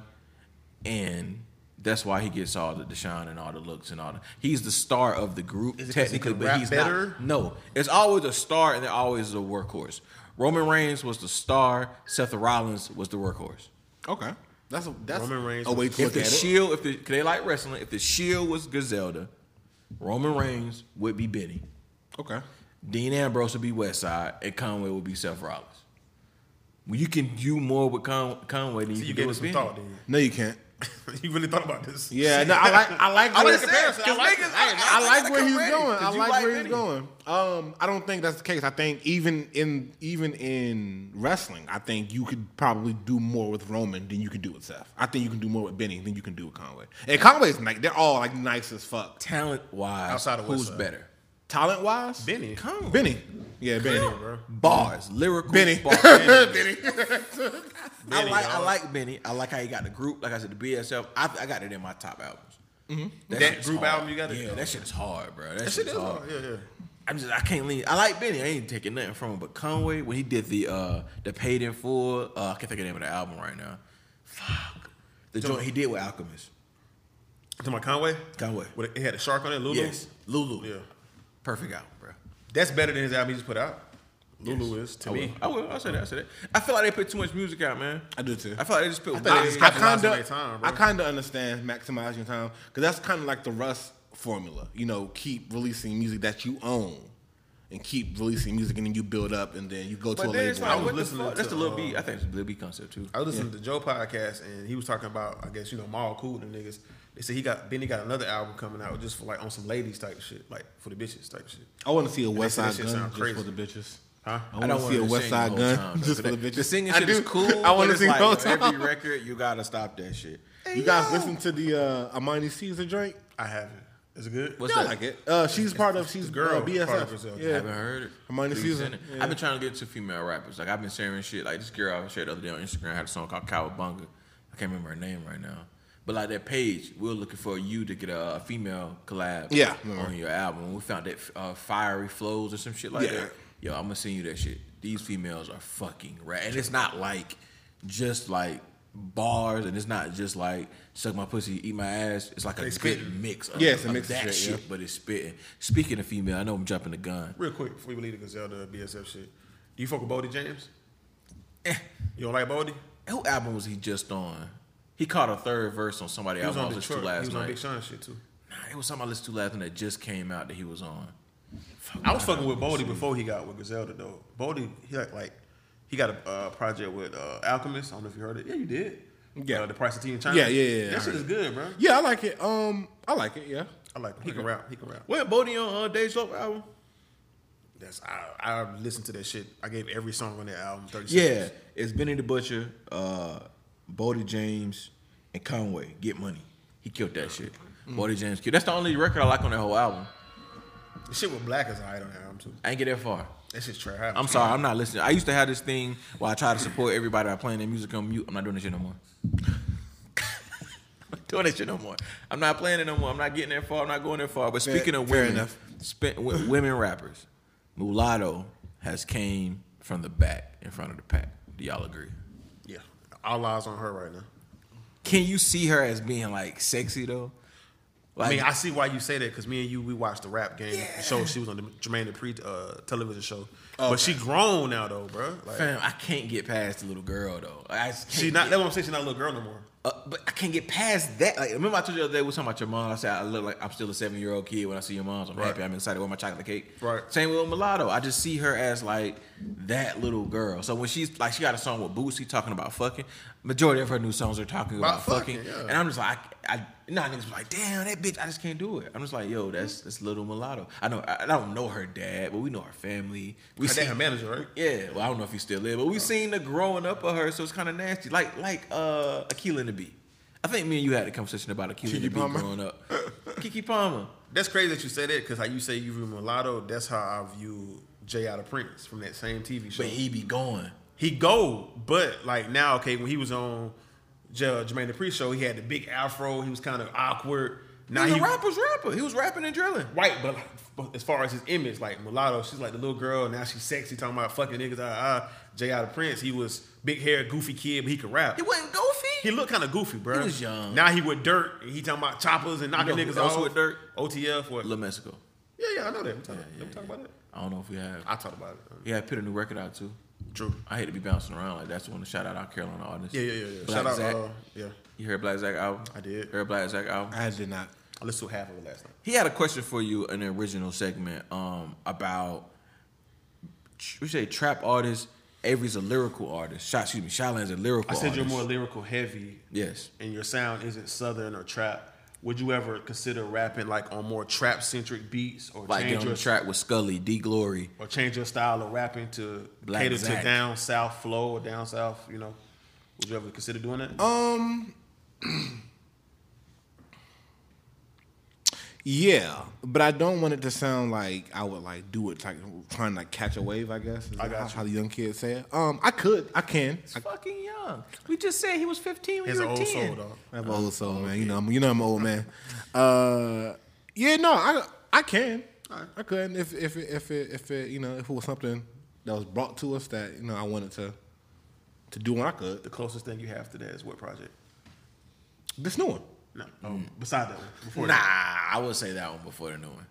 and that's why he gets all the Deshaun and all the looks and all the. He's the star of the group Is it 'cause he technically, can but rap he's better? not. No, it's always a star and there always is a workhorse. Roman Reigns was the star. Seth Rollins was the workhorse. Okay. That's a, that's Roman Reigns a way was- to If look the at it. Shield, if the 'cause they like wrestling, if the Shield was Griselda, Roman Reigns would be Benny. Okay. Dean Ambrose would be Westside, and Conway would be Seth Rollins. Well, you can do more with Con- Conway than you See, you can do gave it with some Benny. thought, then. [laughs] No, you can't. you really thought about this. Yeah, no, I like I like I where- like the comparison. I like it. I like where he's ready, going. 'cause I you like, like where Benny. he's going. Um, I don't think that's the case. I think even in even in wrestling, I think you could probably do more with Roman than you can do with Seth. I think you can do more with Benny than you can do with Conway. And Conway's like they're all like nice as fuck. Talent wise, Outside of who's Westside. better? Talent wise, uh, Benny. Conway. Benny, yeah, Benny, Bars, lyrical. Benny. Bars. [laughs] Benny. I like I like Benny. I like how he got the group. Like I said, the BSF. I, I got it in my top albums. That, shit is Mm-hmm. group hard. album you got it? Yeah, that shit is hard, bro. That, shit Shit is is hard. hard, Yeah, yeah. I'm just I can't lean. I like Benny. I ain't taking nothing from him. But Conway, when he did the uh the paid in full, uh, I can't think of the name of the album right now. Fuck. The joint he did with Alchemist. To my Conway? Conway. With it had a shark on it, Lulu? Yes. Lulu. Yeah. Perfect album, bro. That's better than his album he just put out. Lulu is, to I will. me. I will. I said that. I said that. I feel like they put too much music out, man. I do too. I feel like they just put. I, just I capitalizing kinda, their time, bro. I kind of understand maximizing time because that's kind of like the Russ formula. You know, keep releasing music that you own, and keep releasing music, and then you build up, and then you go to a but then it's label. like, was what the listening fuck? That's to, the little uh, B. I think it's the little B concept too. I was listening to Joe podcast and he was talking about I guess you know Maul Cool and them niggas. They said he got Benny got another album coming out just for like on some ladies type shit, like for the bitches type shit. I want to see a West said that Side shit gun sound just for crazy. the bitches. Huh? I want to see a wanna West sing the Side whole gun time, bro, just for but the the- bitches. The singing I shit do. is cool. I but want to it's see the like, whole with every time. record. You gotta stop that shit. You guys listen to the uh, Amani Caesar joint? I haven't. Is it good? What's I that? like it. Uh, she's part of she's girl girl uh, part of BSF. Griselda. yeah, Haven't heard it. Hermione Please Caesar, send it. I've been trying to get to female rappers. Like I've been sharing shit. Like this girl I shared the other day on Instagram had a song called Cowabunga. I can't remember her name right now. But like that page, we were looking for you to get a, a female collab. Yeah. On your album, we found that uh, fiery flows or some shit like Yeah. that. Yo, I'm gonna send you that shit. These females are fucking right, and it's not like just like bars, and it's not just like suck my pussy, eat my ass. It's like a good mix. Of, Yeah, it's a of mix of that shit, yeah. but it's spitting. Speaking of female, I know I'm jumping the gun. Real quick, before we leave the Griselda BSF shit, do you fuck with Bodie James? Eh. You don't like Bodie? Who album was he just on? He caught a third verse on somebody He was album I was on listening Detroit. to He last was on Big night. Sean shit too. Nah, it was something I listened to last night that just came out that he was on. I was fucking with Bodie before he got with Griselda though. Bodie, he like, like he got a uh, project with uh, Alchemist. I don't know if you heard it. Yeah, you did. Yeah. Uh, the Price of Tea in China. Yeah, yeah, yeah, yeah, I That shit heard is good, bro. yeah, I like it. Um, I like it. Yeah, I like him. He can rap. He can rap. Well, Bodie on uh, Dave Slope album. That's I, I listened to that shit. I gave every song on that album thirty Yeah, seconds. it's Benny the Butcher, uh, Bodie James, and Conway. Get money. He killed that shit. Mm. Bodie James killed. That's the only record I like on that whole album. The shit with Black is alright on that album too. I ain't get that far. That shit's trash. I'm sorry, I'm not listening. I used to have this thing where I try to support everybody by playing their music on mute. I'm not doing that shit no more. [laughs] I'm not doing that shit no more. I'm not playing it no more. I'm not getting that far. I'm not going that far. But speaking of fair women, enough. spe- w- women rappers, Mulatto has came from the back in front of the pack. Do y'all agree? Yeah, all eyes on her right now. Can you see her as being like sexy though? Like, I mean, I see why you say that because me and you we watched the rap game show. She was on the Jermaine Dupri uh, television show, but she grown now though, bro. Like, fam, I can't get past the little girl though. I just can't she not. get- That's what I'm saying. She not a little girl no more. Uh, but I can't get past that. Like, remember I told you the other day we were talking about your mom. I said I look like I'm still a seven year old kid when I see your mom's. I'm Right. happy. I'm excited with my chocolate cake. Right. Same with mulatto. I just see her as like that little girl. So when she's like, she got a song with Boosie talking about fucking. Majority of her new songs are talking about, About fucking. fucking, yeah. And I'm just like, I, I nah, niggas was like, damn that bitch. I just can't do it. I'm just like, yo, Mm-hmm. that's that's little mulatto. I know I, I don't know her dad, but we know her family. We Her dad her manager, right? Oh. Yeah, well, I don't know if he still live, but we seen the growing up of her, so it's kind of nasty. Like like uh Akilah and the Bee. I think me and you had a conversation about Akilah and the Bee Palmer? growing [laughs] up. Kiki Palmer. That's crazy that you say that because how you say you view mulatto. That's how I view Jay out of Prince from that same TV show. But he be going. He go, but like now, okay, when he was on J- Jermaine Dupri show, he had the big afro. He was kind of awkward. Now He's he a rapper's rapper. He was rapping and drilling. white, but like, as far as his image, like mulatto, she's like the little girl. Now she's sexy, talking about fucking niggas. Ah, ah. Jay out of Prince, he was big hair, goofy kid, but he could rap. He wasn't goofy. He looked kind of goofy, bro. He was young. Now he with dirt. And he talking about choppers and knocking You know who niggas else off. with Dirt? OTF. What? La Mexico. yeah, yeah, I know that. We talk, did we talk about that. I don't know if we have. I talked about it. Um, Yeah, I put a new record out too. True. I hate to be bouncing around like that's one to shout out our Carolina artists. Yeah, yeah, yeah. yeah. Black Shout out. Zach. Uh, yeah, you heard Black Zach album? I did. Heard Black Zach album? I did not. I listened to half of it last night. He had a question for you in the original segment um, about we say trap artists. Avery's a lyrical artist. Sha- excuse me, Shyland's a lyrical. I said you're artist. more lyrical heavy, Yes. and your sound isn't southern or trap. Would you ever consider rapping like on more trap centric beats or Like get change on your the track with Scully, D Glory. or change your style of rapping to Black cater Zach. to down south flow or down south? You know, would you ever consider doing Oh, that? Um. [clears throat] Yeah, but I don't want it to sound like I would like do it like trying to like catch a wave. I guess is I that got how, you. how the young kids say it. Um, I could, I can. He's fucking young. We just said he was 15 when He's you an were 10. old soul, dog. I'm an old soul, man. You know, I'm, you know, I'm an old man. Uh, yeah, no, I, I can, I could if if it, if it, if it, you know, if it was something that was brought to us that you know I wanted to to do when I could. The closest thing you have to that is what project? This new one, No, Mm. oh, beside that one. Before Nah, that. Ah, I would say that one before the new one.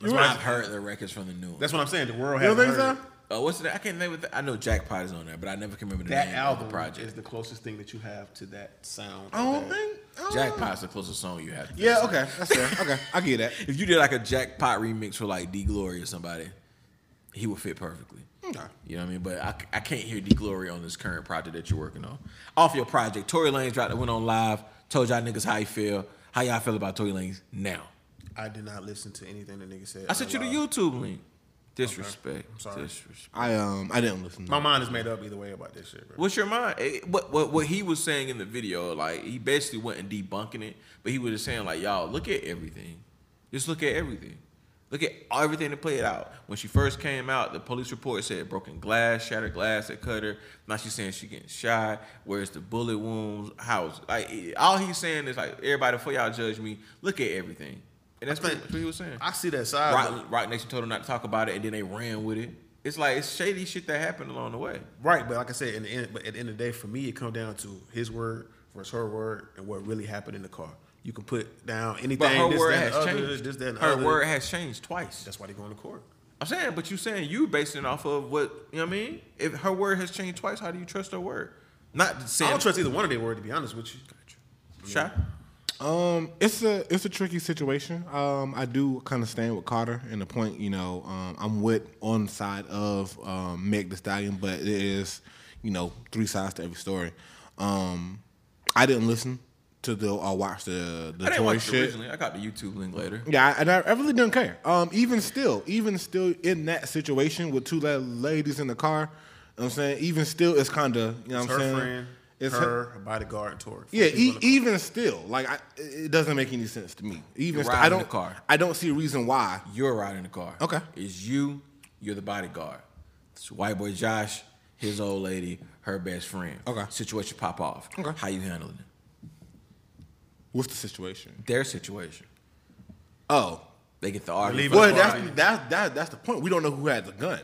That's You why right. I've heard the records from the new one. That's what I'm saying. The world you has don't think heard so? uh, what's the I can't name it. I know Jackpot is on there, but I never can remember the that name album of the project. is the closest thing that you have to that sound. I or don't that- think. I don't know. Jackpot's the closest song you have. To Oh. Yeah, this. okay, that's fair. Okay, I get that. [laughs] If you did like a jackpot remix for like D Glory or somebody, he would fit perfectly. You know what I mean? But I, I can't hear D Glory on this current project that you're working on. Off your project, Tory Lanez dropped, went on live, told y'all niggas how he feel, how y'all feel about Tory Lanez now. I did not listen to anything the nigga said. I sent you the Wow. YouTube link. Disrespect. I'm sorry. Disrespect. I um I didn't listen. To My mind is made up either way about this shit, bro. What's your mind? Eh, What, what what he was saying in the video, like he basically wasn't debunking it, but he was just saying like, y'all look at everything. Just look at everything. Look at everything that played out. When she first came out, the police report said broken glass, shattered glass that cut her. Now she's saying she getting shot. Where's the bullet wounds? How's like it- all he's saying is like everybody before y'all judge me, look at everything. And that's pretty think- much what he was saying. I see that side. but- Rock, Rock Nation told him not to talk about it, and then they ran with it. It's like it's shady shit that happened along the way. Right, but like I said, in the end, but at the end of the day, for me, it comes down to his word versus her word, and what really happened in the car. You can put down anything. But her this, word that, and has the other, changed. This, that, and the her other. word has changed twice. That's why they going to court. I'm saying, but you saying you basing it off of what you know what I mean? If her word has changed twice, how do you trust her word? Not I saying don't trust either one of their word, to be honest with you. Shy? Um, it's a it's a tricky situation. Um, I do kind of stand with Carter and the point. You know, um, I'm with on the side of um, Meg the Stallion, but it is you know three sides to every story. Um, I didn't listen to the or watch the I the didn't Tory watch it shit. originally. I got the YouTube link later. Yeah, I- and I, I really don't care. Um, even still, even still in that situation with two la- ladies in the car, you know what I'm saying even still, it's kind of you know It's what her I'm saying. friend, it's her, her- her bodyguard, and Tori. yeah, Four people e- in the car. even still, like I, it doesn't make any sense to me. Even You're still, I riding don't. the car. I don't see a reason why. You're riding the car. Okay. It's you, you're the bodyguard. It's white boy Josh, his old lady, her best friend. Okay. Situation pop off. Okay. How you handling it? What's the situation? Their situation. Oh, They get the argument. Leave it well, But that's why? that's that, that's the point. We don't know who had the gun.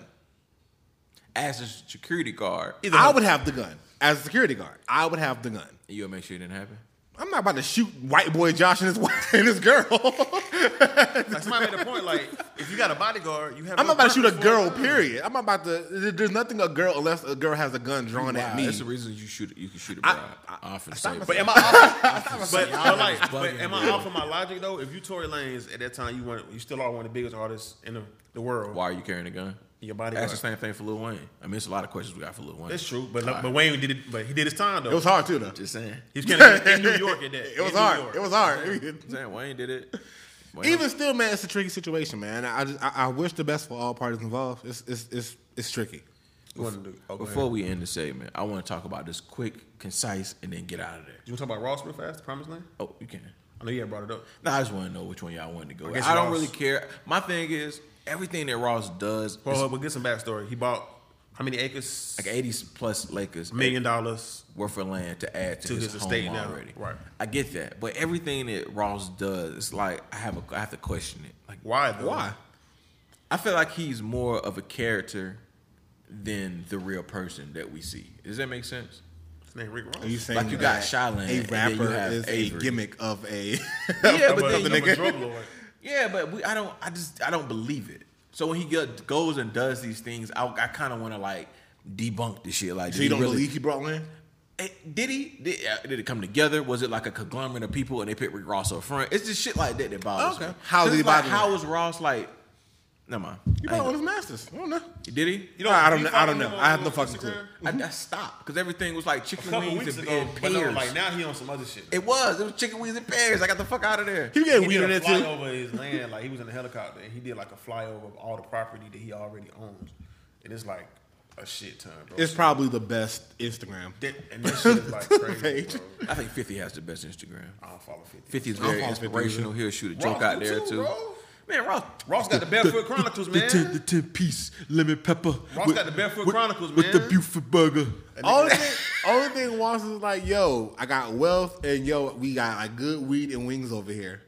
As a security guard, I would have the gun as a security guard. I would have the gun. you'll make sure it didn't happen. I'm not about to shoot white boy Josh and his [laughs] wife and his girl. Like somebody made a point. Like if you got a bodyguard, you have. I'm no not about to shoot a purpose for girl. it. Period. I'm not about to. there- There's nothing a girl unless a girl has a gun drawn Wow, at me. That's the reason you shoot. You can shoot a I- bride. I, often stop say, myself. But [laughs] am I off? y'all but, but niggas like, but bugging, am bro. I off of my logic though? If you Tory Lanez at that time, you want you still are one of the biggest artists in the, the world. why are you carrying a gun? Your bodyguard. That's the same thing for Lil Wayne. I mean, it's a lot of questions we got for Lil Wayne. That's true, but but Wayne did it. But he did his time though. it was hard too, though. Just saying. He was kind of in [laughs] New York at that. It was In New hard. York. It was hard. [laughs] I'm saying Wayne did it. Wayne- Even still, man, it's a tricky situation, man. I just, I, I wish the best for all parties involved. It's it's it's, it's tricky. You wanna do- oh, go ahead. Before we end the segment, I want to talk about this quick, concise, and then get out of there. you want to talk about Ross real fast? Promised Land. Oh, you can. I know you had brought it up. No, I just want to know which one y'all wanted to go. with. guess I, don't Ross. really care. My thing is everything that Ross does, is Well, we'll get some backstory. He bought how many acres? like eighty plus Lakers, million dollars. worth of land to add to, To his, his home estate now, already. right. I get that, but everything that Ross does, it's like I have a, I have to question it. Like Why though? Why? I feel like he's more of a character than the real person that we see. Does that make sense? His name Rick Ross. Are you saying Like you got that Shyland, and A then you rapper have is Avery. a gimmick of a. [laughs] Yeah, I'm but a, then I'm you- a drug lord. yeah, but we, I don't. I just I don't believe it. So when he get, goes and does these things, I, I kind of want to like debunk the shit. Like, so did you don't he really- believe he brought land? Eh, Did he? Did, uh, did it come together? Was it like a conglomerate of people and they picked Rick Ross up front? It's just shit like that that bothers Okay. me. How So did it's it like, bother you? How was Ross like? Never mind. He I ain't brought one of his masters. I don't know. Uh-huh. gonna- Did he? You know, I don't you know. I don't follow know. him on- I have no on fucking clue. Instagram? I, I stopped because everything was like A chicken couple wings weeks and, ago, and but pears. no, like now he on some other shit. it was. It was chicken wings and pears. I got the fuck out of there. He getting he weird in did a it too. flyover of his land, like he was in a helicopter, and he did like a flyover of all the property that he already owns, and it's like a shit ton, bro. It's probably the best Instagram. that, and that shit is like crazy. Page. bro. I think Fifty has the best Instagram. I don't follow Fifty. Fifty is I don't very follow 50 inspirational. He'll shoot a Ross joke out do there too, too. bro. Man, Ross. Ross got the Barefoot Chronicles, man. ten piece lemon pepper. Ross got the Barefoot Chronicles, man. Buford burger. Only thing, only thing Ross is like, yo, I got wealth and yo, we got like good weed and wings over here.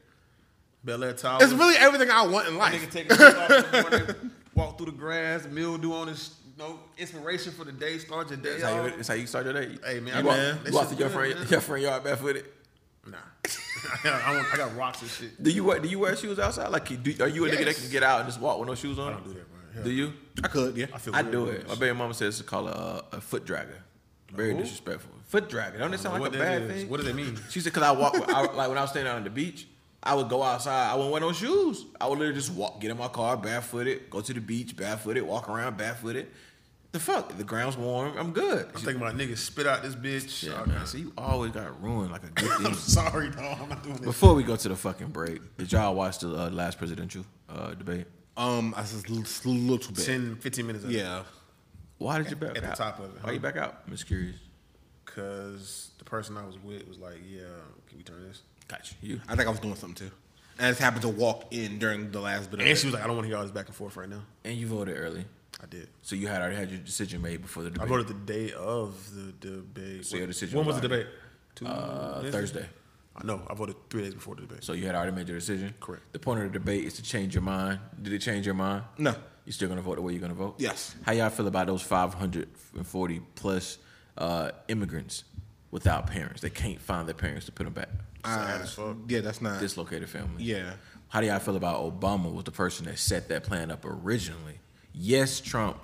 Bel Air Tower. It's really everything I want in life. nigga take a shit off in the morning, walk through the grass, mildew on his. You know, inspiration for the day, start your day. That's how, you, off. that's how you start your day. Hey, man, you I walk, mean, you that walk shit's through your good, front, man. your front yard barefooted. Nah, [laughs] I, want, I got rocks and shit. Do you wear, do you wear shoes outside? Like, do, are you a nigga that Yes. can get out and just walk with no shoes on? I don't do that, man. Hell Do you? I could, yeah. I feel I weird do doing it. that My shit. baby mama says to call it uh, a foot dragger. Very disrespectful. Foot dragger. Don't it sound like What a that bad is. thing? What does it mean? She said, "Cause I walk with, I, like when I was standing out on the beach, I would go outside. I wouldn't wear no shoes. I would literally just walk, get in my car barefooted, go to the beach barefooted, walk around barefooted. The fuck, the ground's warm. I'm good. I'm thinking about niggas spit out this bitch. yeah, Okay. man. So you always got ruined like a [laughs] good thing. I'm sorry, dog. I'm not doing this. Before we go to the fucking break, did y'all watch the uh, last presidential uh, debate? Um, I just a little bit. 10, 15 minutes. of it. Yeah. Why did you back At- at the out? top of it, Why huh? you back out? I'm just curious. Cause the person I was with was like, yeah, can we turn this? Gotcha. You. I think I was doing something too. And I just happened to walk in during the last bit of And it. she was like, I don't want to hear all this back and forth right now. And you voted early, I did. so you had already had your decision made before the I debate. voted the day of the debate. So your decision when was the was already- debate? Two uh, Wednesday? Thursday. I know. I voted three days before the debate. So you had already made your decision. Correct. The point of the debate is to change your mind. Did it change your mind? No. You still gonna vote the way you're gonna vote? Yes. How y'all feel about those 540 plus uh, immigrants without parents? They can't find their parents to put them back. Uh, yeah, that's not. Dislocated families. yeah. How do y'all feel about Obama was the person that set that plan up originally? Yes, Trump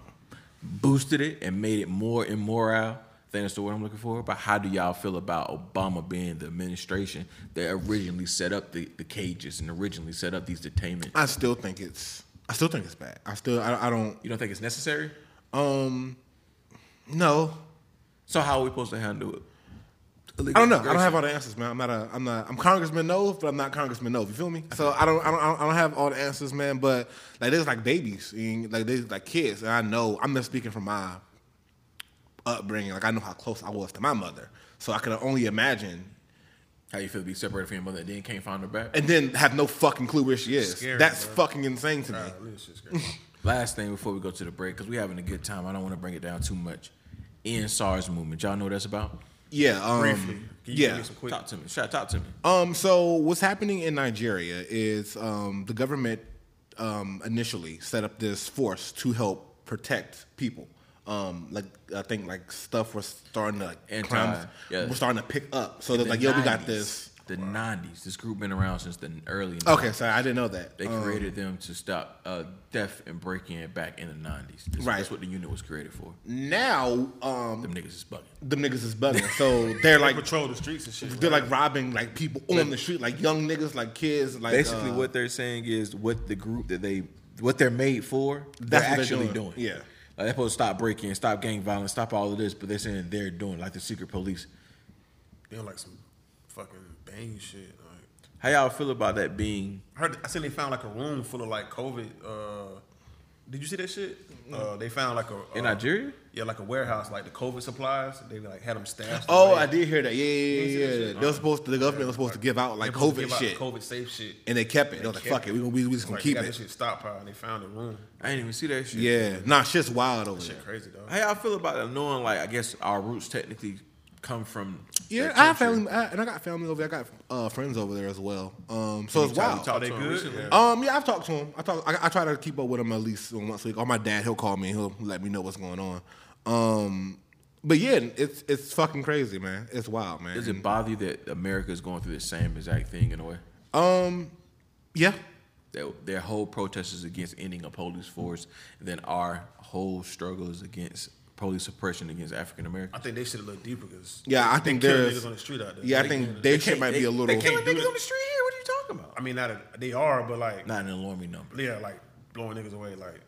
boosted it and made it more immoral. I think that's the word I'm looking for. But how do y'all feel about Obama being the administration that originally set up the, the cages and originally set up these detainment? I still think it's. I still think it's bad. I still. I, I don't. You don't think it's necessary? Um. No. So how are we supposed to handle it? I don't know. I don't have all the answers, man. I'm not a. I'm not. I'm Congressman No, but I'm not Congressman No. You feel me? So I don't. I don't. I don't- I don't have all the answers, man. But like, there's like babies, and like there's like kids, and I know. I'm just speaking from my upbringing. Like I know how close I was to my mother, so I can only imagine How you feel to be separated from your mother and then can't find her back? and then have no fucking clue where she is. Scary, That's bro. fucking insane to me. Last thing before we go to the break, because we're having a good time. I don't want to bring it down too much. Ian SARS movement. Y'all know what that's about? Yeah. Um, Briefly. Can you give yeah. me some quick- Talk to me. Shout talk to me. Um, so what's happening in Nigeria is um, the government um, initially set up this force to help protect people. Um, like I think like stuff was starting to like Anti- crimes yeah. were starting to pick up. So they're like, yo, we got this. The 90s. This group been around since the early 90s. Okay, so I didn't know that. They Um, created them to stop uh, theft and breaking it back in the 90s. That's, Right. that's what the unit was created for. now um, Them niggas is bugging. them niggas is bugging. So they're like patrol the streets and shit. they're like robbing like people on the street, like young niggas, like kids, like Basically, uh, what they're saying is what the group that they, what they're made for, they're That's what they're actually doing. doing. Yeah. Like they're supposed to stop breaking, stop gang violence, stop all of this, but they're saying they're doing like the secret police. They on like some fucking bang shit. Like, How y'all feel about that being? I heard. I seen they found like a room full of like COVID. Uh, did you see that shit? Uh, they found like a In uh, Nigeria? Yeah, like a warehouse, like the COVID supplies. They like had them stashed. Oh, away. I did hear that. Yeah, yeah, You see that yeah. yeah. shit? They were supposed to, the government was supposed to give out like They supposed to COVID give out shit. COVID safe shit. and they kept it. They was like, kept "Fuck it, we gonna we, we just gonna Like, they keep got it." that shit stockpiled. And they found the room. I didn't even see that shit. Yeah, nah, shit's wild over there. Shit, crazy dog. How y'all feel about it knowing like I guess our roots technically come from Yeah, that I have country? family, I, and I got family over there. I got uh, friends over there as well. Um, so it's Wow. wild. Talk they to 'em good? recently. Um, yeah, I've talked to him. I talk. I, I try to keep up with him at least once a week. Or my dad, he'll call me. and He'll let me know what's going on. Um, but yeah, it's it's fucking crazy, man. It's wild, man. Does it bother you that America is going through the same exact thing in a way? um, yeah, That their whole protest is against ending a police force, then our whole struggle is against police suppression against African I Americans. think they should have looked deeper because yeah. I think there's niggas on the street out there. Yeah, I They think can't- their shit might be a little. They killing do niggas that. on the street here. What are you talking about? I mean, not a, they are, but like Not an alarming number. yeah, like blowing niggas away, like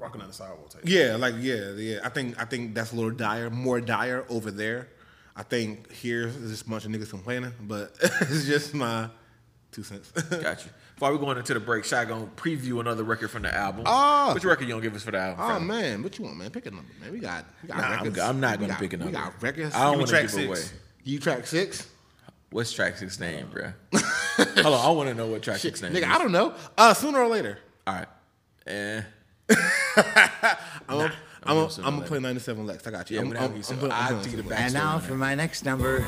walking down the sidewalk. Type. Yeah, like yeah, yeah. I think I think that's a little dire, more dire over there. I think here is just a bunch of niggas complaining, but [laughs] it's just my two cents. Got you. Before we going into the break, Shotgun preview another record from the album. Oh. Ah. Which record you gonna give us for the album? [laughs] oh fam? man, what you want, man? Pick a number, man. We got, we got Nah, I'm, records. good. I'm not We gonna got- pick a number. We got records. I don't Give want to me give track away. six. you track six, What's track six name, bro? [laughs] [laughs] Hold on, I want to know what track six name. [laughs] nigga. is. I don't know. Uh, sooner or later, All right. Eh. I'm gonna I'm I'm gonna gonna- sooner or I'm gonna later. play 97 Lex. I got you. Yeah, I'm, whatever I'm, you I'm, say. putting- I'm I doing do the something. back- And now for my next number,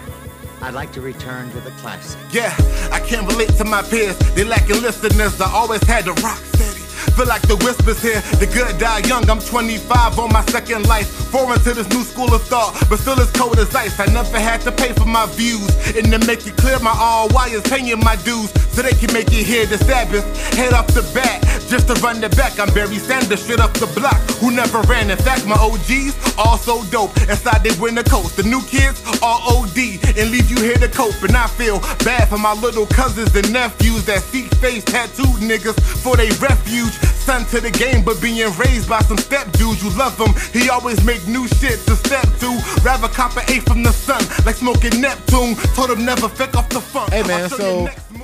I'd like to return to the classic. Yeah, I can't relate to my peers. They lacking listeners. I always had the rock steady. Feel like the whispers here. The good die young. I'm 25 on my second life. Foreign to this new school of thought, but still as cold as ice. I never had to pay for my views. And to make it clear, my all wires paying my dues so they can make it here the Sabbath. Head off the bat, just to run the back. I'm Barry Sanders, straight off the block. Who never ran. In fact, my OGs all so dope. Inside they win the coast. The new kids all OD and leave you here to cope. And I feel bad for my little cousins and nephews that seek face tattooed niggas for they refuge. Son to the game, but being raised by some step dudes. You love him, he always make new shit to step to. Rather cop an eight from the sun, like smoking Neptune. Told him never fake off the funk. Hey, man, I'll show so- you next move.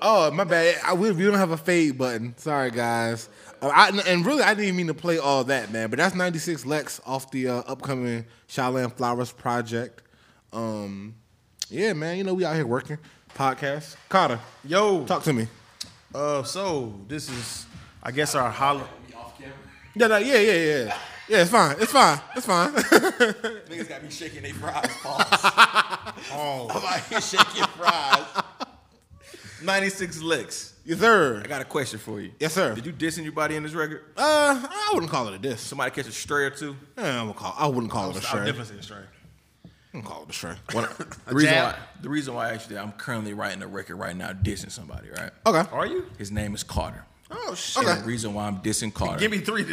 Oh my bad. I, we, we don't have a fade button. Sorry guys. Uh, I, and really, I didn't even mean to play all that, man. But that's 96 Lex off the uh, upcoming Shaolin Flowers project. Um, yeah, man. You know we out here working. Podcast. Carter, Yo, talk to me. [laughs] Uh, so this is, I guess, our holla. Yeah, no, yeah, yeah, yeah. Yeah, it's fine. It's fine. [laughs] It's fine. Niggas got me shaking their fries, pause. I'm out here shaking fries. 96 licks. yes, sir. I got a question for you. Yes, sir. Did you diss anybody in this record? Uh, I wouldn't call it a diss. Somebody catch a stray or [laughs] two? Eh, I wouldn't call. I wouldn't call it a I'm stray. I definitely saying straight. wouldn't call it a stray. The reason, why, the reason why I asked you that, I'm currently writing a record right now dissing somebody, right? Oh. Okay. Are you? His name is Carter. Oh shit. And the reason why I'm dissing Carter. Give me [laughs] three to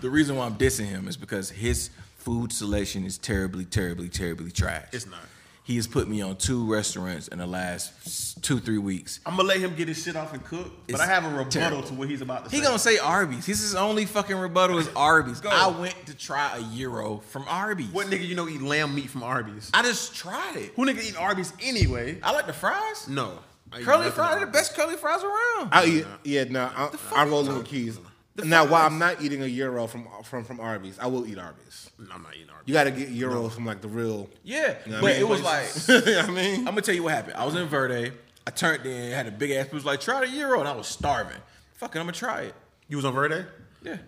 [laughs] the reason why I'm dissing him is because his food selection is terribly, terribly, terribly trash. It's not. He has put me on two restaurants in the last s- two, three weeks. I'm gonna let him get his shit off and cook, but It's I have a rebuttal terrible. to what he's about to He say. gonna say Arby's. His his only fucking rebuttal is Arby's. Go. I went to try a gyro from Arby's. what nigga you know eat lamb meat from Arby's? I just tried it. Who nigga eat Arby's anyway? I like the fries. No. I eat curly nothing fries, at are the Arby's. best curly fries around. I eat. Yeah, no. I, I'm rolling with keys. Now, while I'm not eating a euro from from from Arby's, I will eat Arby's. No, I'm not eating Arby's. You got to get euros from like the real. yeah, You know but what I mean? it was [laughs] like you know what I mean, I'm gonna tell you what happened. I was in Verde. I turned in, had a big ass. It was like try the gyro, and I was starving. Fuck it, I'm gonna try it. You was on Verde? Yeah,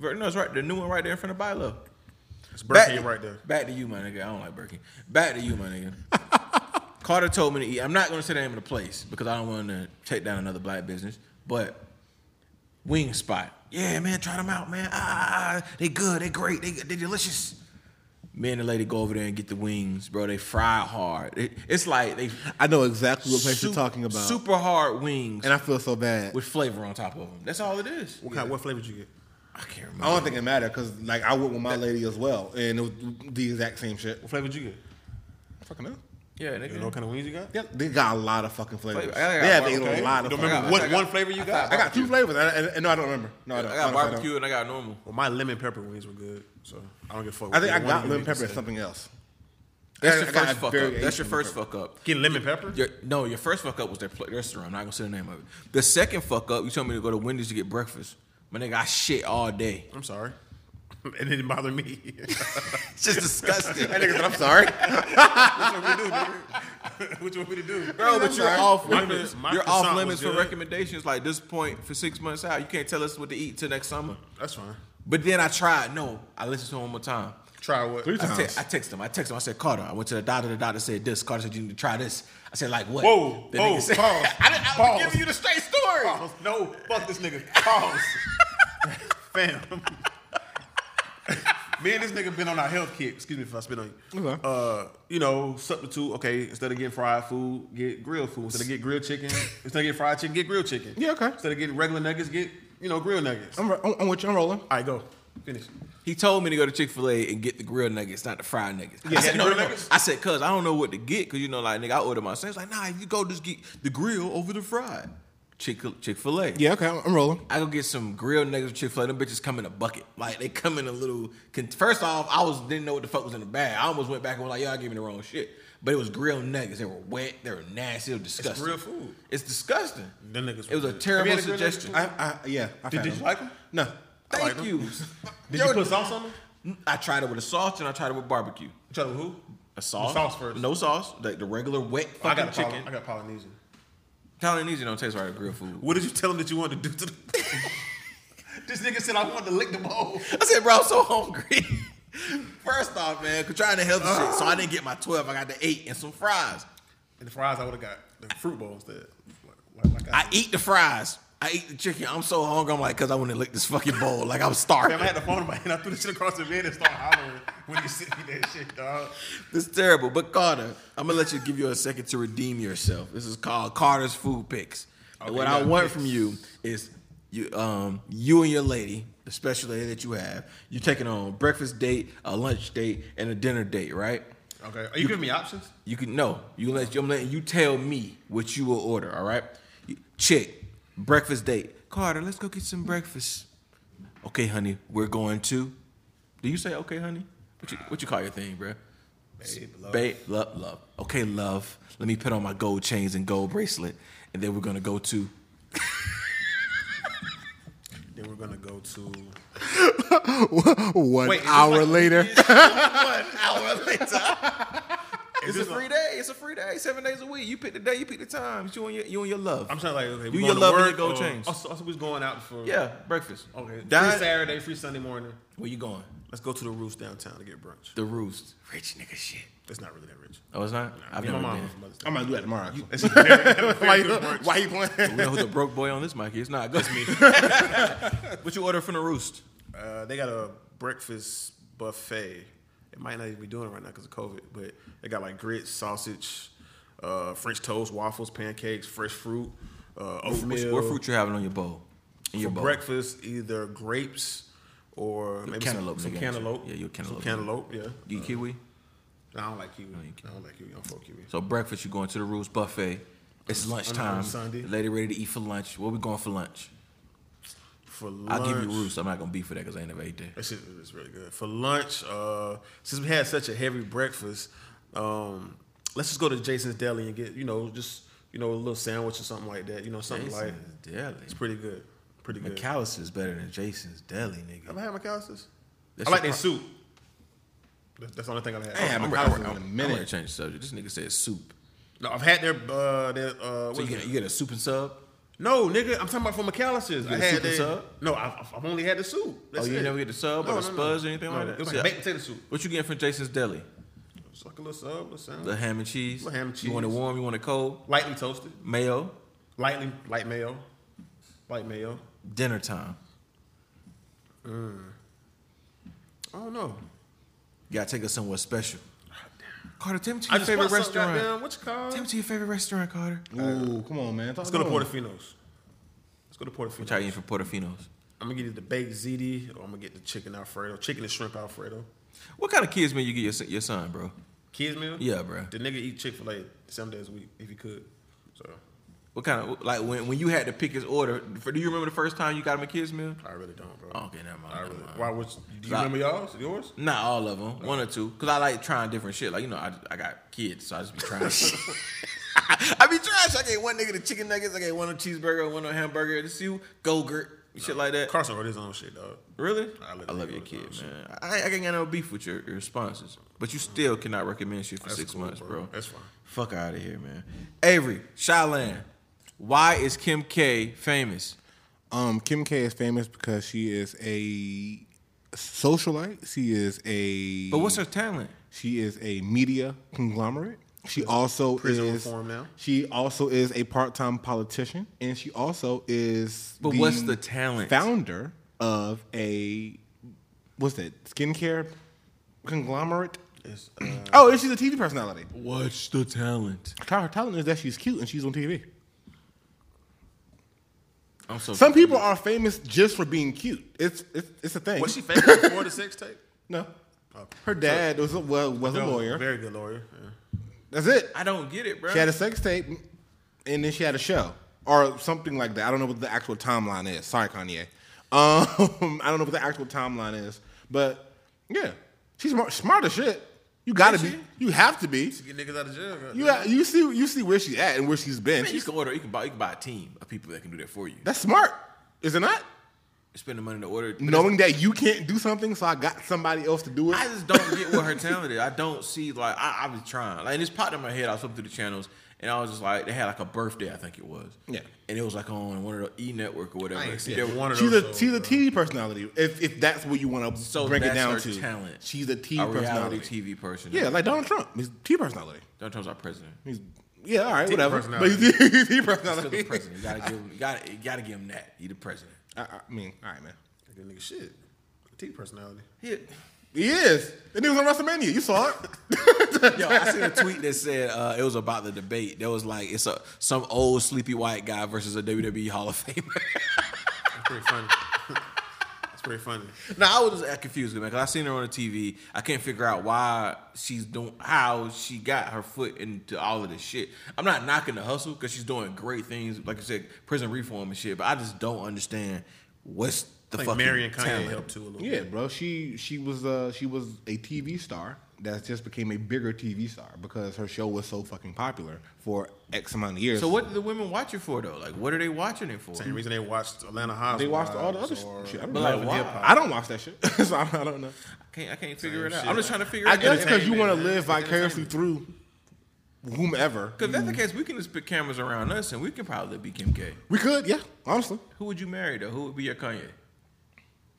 Verde. No, it's right. The new one right there in front of Bilo. It's Burger King right there. Back to you, my nigga. I don't like Burger King. Back to you, my [laughs] nigga. Carter told me to eat. I'm not going to say the name of the place because I don't want to take down another black business. But Wing Spot. Yeah, man, try them out, man. Ah, they good. They great. They they delicious. Me and the lady go over there and get the wings, bro. They fry hard. It- it's like they I know exactly what place sup- you're talking about, Super hard wings and I feel so bad. with flavor on top of them. That's all it is. What kind? What flavor did you get? I can't I remember. don't think it mattered because like I went with my lady as well, and it was the exact same shit. What flavor did you get? Fucking hell. Yeah, nigga. You know what kind of wings you got? Yep, they got a lot of fucking flavors. Flavor. They I got have barbecue. a lot of. You don't fucking- remember got- what I got- one flavor you got? I got two flavors, and, and, and no, I don't remember. No, I don't. I Honestly, got I don't. barbecue and I got normal. Well, Oh, my lemon pepper wings were good, so I don't give a fuck. I think I what one got of you lemon niggas pepper and said. something else. [laughs] That's I your got first a fuck up. variation That's your of first pepper. fuck up. Get lemon pepper. Your, no, your first fuck up was their pl- restaurant. I'm not gonna say the name of it. The second fuck up, you told me to go to Wendy's to get breakfast. My nigga, I shit all day. I'm sorry. [laughs] It didn't bother me. [laughs] It's just disgusting, That nigga said, I'm sorry. what you want me to do? bro. But you're off My- limits. my You're croissant off was limits for good. recommendations like this point for six months out. You can't tell us what to eat till next summer. That's fine. But then I tried. No, I listened to him one more time. Try what? I, te- I text him. I text him. I said, Carter. I went to the doctor. The doctor said this. Carter said you need to try this. I said like what? Whoa, The whoa, nigga said, pause, [laughs] I didn't. I was pause. giving you the straight story. Pause. No, fuck this nigga. [laughs] Pause. Fam. [laughs] Me and this nigga been on our health kick. Excuse me if I spit on you. Okay. Uh, you know, substitute. Okay, instead of getting fried food, get grilled food. Instead of get grilled chicken, instead of getting fried chicken, get grilled chicken. Yeah, okay. Instead of getting regular nuggets, get you know grilled nuggets. All I'm, I'm, I'm with you. I'm rolling. right, go finish. He told me to go to Chick Fil A and get the grilled nuggets, not the fried nuggets. I said, the no, no, grilled no. nuggets? I said, cause I don't know what to get, cause you know, like nigga, I order my same. He's like, nah, if you go just get the grill over the fried. Chick Chick Fil A. Yeah, okay. I'm, I'm rolling. I go get some grilled nuggets with Chick Fil A. Them bitches come in a bucket. Like they come in a little. Con- First off, I was didn't know what the fuck was in the bag. I almost went back and was like, y'all gave me the wrong shit. But it was grilled nuggets. They were wet. They were nasty. They were disgusting. grilled food. It's disgusting. Them niggas It was were a good. Have you terrible had a grilled nuggets suggestion. I, I, yeah. I Did, found did him. you like them? No. Thank like them. you. [laughs] Did Yo, you put sauce on them? I tried it with a sauce and I tried it with barbecue. Try to who? A sauce. The sauce first. No sauce. Like the regular wet I fucking got chicken. chicken. I got Polynesian. Polynesian don't taste like grilled food. What did you tell him that you wanted to do to them? [laughs] this nigga said I wanted to lick them all. I said, bro, I'm so hungry. [laughs] First off, man, cause trying to help the shit. So I didn't get my 12. I got the eight and some fries. And the fries, I would have got the fruit bowls that. Like, like I, I eat the fries. I eat the chicken. I'm so hungry. I'm like, cause I want to lick this fucking bowl. Like I'm starving. Fam, I had the phone in my hand. I threw the shit across the bed and started hollering when he sent me that shit, dog. This is terrible. But Carter, I'm gonna let you give you a second to redeem yourself. This is called Carter's Food Picks. And what I yeah, want picks. from you is you um you and your lady, the special lady that you have, you're taking on a breakfast date, a lunch date, and a dinner date, right? Okay. Are you, giving me options? You can no, you let I'm letting you tell me what you will order, all right? You- Chick, breakfast date. Carter, let's go get some breakfast. Okay, honey, we're going to. Do you say okay, honey? What you what you call your thing, bruh? Babe, love. Babe, love, love. Okay, love. Let me put on my gold chains and gold bracelet, and then we're gonna go to. Then we're gonna go to. One Wait, is this hour [laughs] like- later. One hour later. It's a this free day. It's a free day. Seven days a week. You pick the day. You pick the time. It's You and your you and your love. I'm trying like okay, You we your going to love and work your gold or- Oh, chains. Also, also, we's going out for yeah, breakfast. Okay, Dine- free Saturday, free Sunday morning. Where you going? Let's go to the roofs downtown to get brunch. The roost. Rich nigga shit. It's not really that rich. Oh, it's not. I've Yeah, my never mom been. was Mother's Day. I'm gonna do that tomorrow. actually. It's [laughs] very- why, you, why you playing? We know who the broke boy on this mic is. Not that's [laughs] me. what you order from the roost? uh, they got a breakfast buffet. It might not even be doing it right now because of COVID, but they got like grits, sausage, uh, French toast, waffles, pancakes, fresh fruit, uh, What, oatmeal. what fruit you having on your bowl? In your for bowl. breakfast, either grapes or maybe some- cantaloupe, some, nigga, ain't you? cantaloupe. Yeah, you a cantaloupe Some nigga. cantaloupe, yeah. You kiwi. No, I don't like kiwi. you can't. I don't like kiwi. I don't fuck kiwi. So breakfast, you going to the roost buffet. It's lunchtime. Sunday. The Lady ready to eat for lunch. What we going for lunch? For lunch, I'll give you roost. I'm not gonna be for that because I ain't never ate there. That shit is really good. For lunch, uh, since we had such a heavy breakfast, um, let's just go to Jason's Deli and get you know just you know a little sandwich or something like that. You know something like Deli. it's pretty good, pretty good. McAllister's better than Jason's Deli, nigga. Have I had McAllister's? That's I like your their soup. That's that's the only thing I've had. I ain't had I'm, McAllister's I'm- in a I'm gonna minute. change the subject. This nigga said soup. no, I've had their uh, their uh, So what you is get, it? you get a soup Oh, and sub. no nigga. I'm talking about from McAllister's. get I a had soup and their, sub? no. I've, I've only had the soup. That's oh, you it. ain't never get the sub No, or the no, no. spuds or anything No, like that. It was See, like baked potato soup. What you getting from Jason's Deli? It's like a little sub, a little sandwich. The ham and cheese. Little ham and You want it cheese. warm? You want it cold? lightly toasted, Mayo. lightly light mayo, light mayo. Dinner time. I don't know. You gotta take us somewhere special. Carter, tell me to I your just favorite want some restaurant. Goddamn, what you call? Tell me to your favorite restaurant, Carter. Ooh, come on, man. Let's go to Portofino's. Let's go to What y'all Portofino's. eating for Portofino's? I'm gonna get you the baked ziti, or I'm gonna get the chicken alfredo, chicken and shrimp alfredo. What kind of kids meal you get your, son- your son, bro? Kids meal. Yeah, bro. The nigga eat Chick Fil A seven days a week if he could. So What kind of like when, when you had to pick his order? For, do you remember the first time you got him a kids meal? I really don't, bro. Oh, Okay, never mind. I Never really. mind. Mm-hmm. Why was? Do you Like- remember y'all's? Yours? Not all of them, one or two. Cause I like trying different shit. Like you know, I, I got kids, so I just be trying. shit. [laughs] I be trash. I gave one nigga the chicken nuggets. I gave one a cheeseburger, one a hamburger. Just you, Gogurt, shit like that. Carson wrote his own shit, dog. Really? I I, let love that your go. kid, man. I, I ain't got no beef with your, your responses, but you still cannot recommend shit for That's six cool, months, bro. bro. That's fine. Fuck out of here, man. Avery, Shylan, why is Kim K famous? Um, Kim K is famous because she is a socialite. She is a. But what's her talent? She is a media conglomerate. She also prison is reform now. She also is a part-time politician, and she also is. But what's the talent? Founder of a what's that skincare conglomerate? It's, uh, Oh, and she's a TV personality. What's the talent? Her talent is that she's cute and she's on TV. I'm so Some people are famous just for being cute. It's it's, it's a thing. was she famous before the sex tape? No. uh, Her dad was a, well, was a No, lawyer. Very good lawyer. yeah. That's it. I don't get it, bro. She had a sex tape, and then she had a show or something like that. I don't know what the actual timeline is. Sorry, Kanye. Um, [laughs] I don't know what the actual timeline is, but yeah, she's smart, smart as shit. You gotta be. You have to be. Get niggas out of jail. goddamn. You ha- you see you see where she's at and where she's been. Man, you She's, can order. You can buy. You can buy a team of people that can do that for you. that's smart, is it not? Spend the money to order. but Knowing that you can't do something, so I got somebody else to do it. I just don't get what her talent is. I don't see like I, I was trying. Like and this popped in my head. I was flipping through the channels and I was just like, they had like a birthday, I think it was. Yeah. And it was like on one of the E Network or whatever. I ain't There seen were- one of She's those. a shows, she's a bro. TV personality. If if that's what you want to So break it that's down her to, talent. she's a TV a reality personality. TV person. Yeah, like Donald Trump, he's a TV personality. Donald Trump's our president. He's yeah, all right, whatever. But personality. he's TV He's still the personality. president. You gotta give him. You gotta, you gotta give him that. He the president. I, I mean, all right, man. That nigga shit. T personality. He, He is. And he was on WrestleMania. You saw [laughs] it. Yo, I seen a tweet that said uh, it was about the debate. That was like it's a some old sleepy white guy versus a WWE Hall of Famer. That's pretty funny. That's pretty funny. no, I was just confused, man, because I seen her on the TV. I can't figure out why she's doing how she got her foot into all of this shit. I'm not knocking the hustle because she's doing great things, like I said, prison reform and shit. But I just don't understand what's the I think fucking Mary and Kanye talent. helped too a little Yeah, bro. She she was uh she was a TV star that just became a bigger TV star because her show was so fucking popular for X amount of years. So what do the women watch it for though? Like, what are they watching it for? Same reason they watched Atlanta Housewives. They watched all the other or- shit. I uh, don't, But know. like, why? I don't watch that shit, [laughs] so I, I don't know. I can't, I can't figure it out. shit. I'm just trying to figure it I out. guess because you want to Entertainment, live man. vicariously through whomever. Because that's the case, we can just put cameras around us and we can probably be Kim K. We could, yeah, honestly. Who would you marry though? Who would be your Kanye?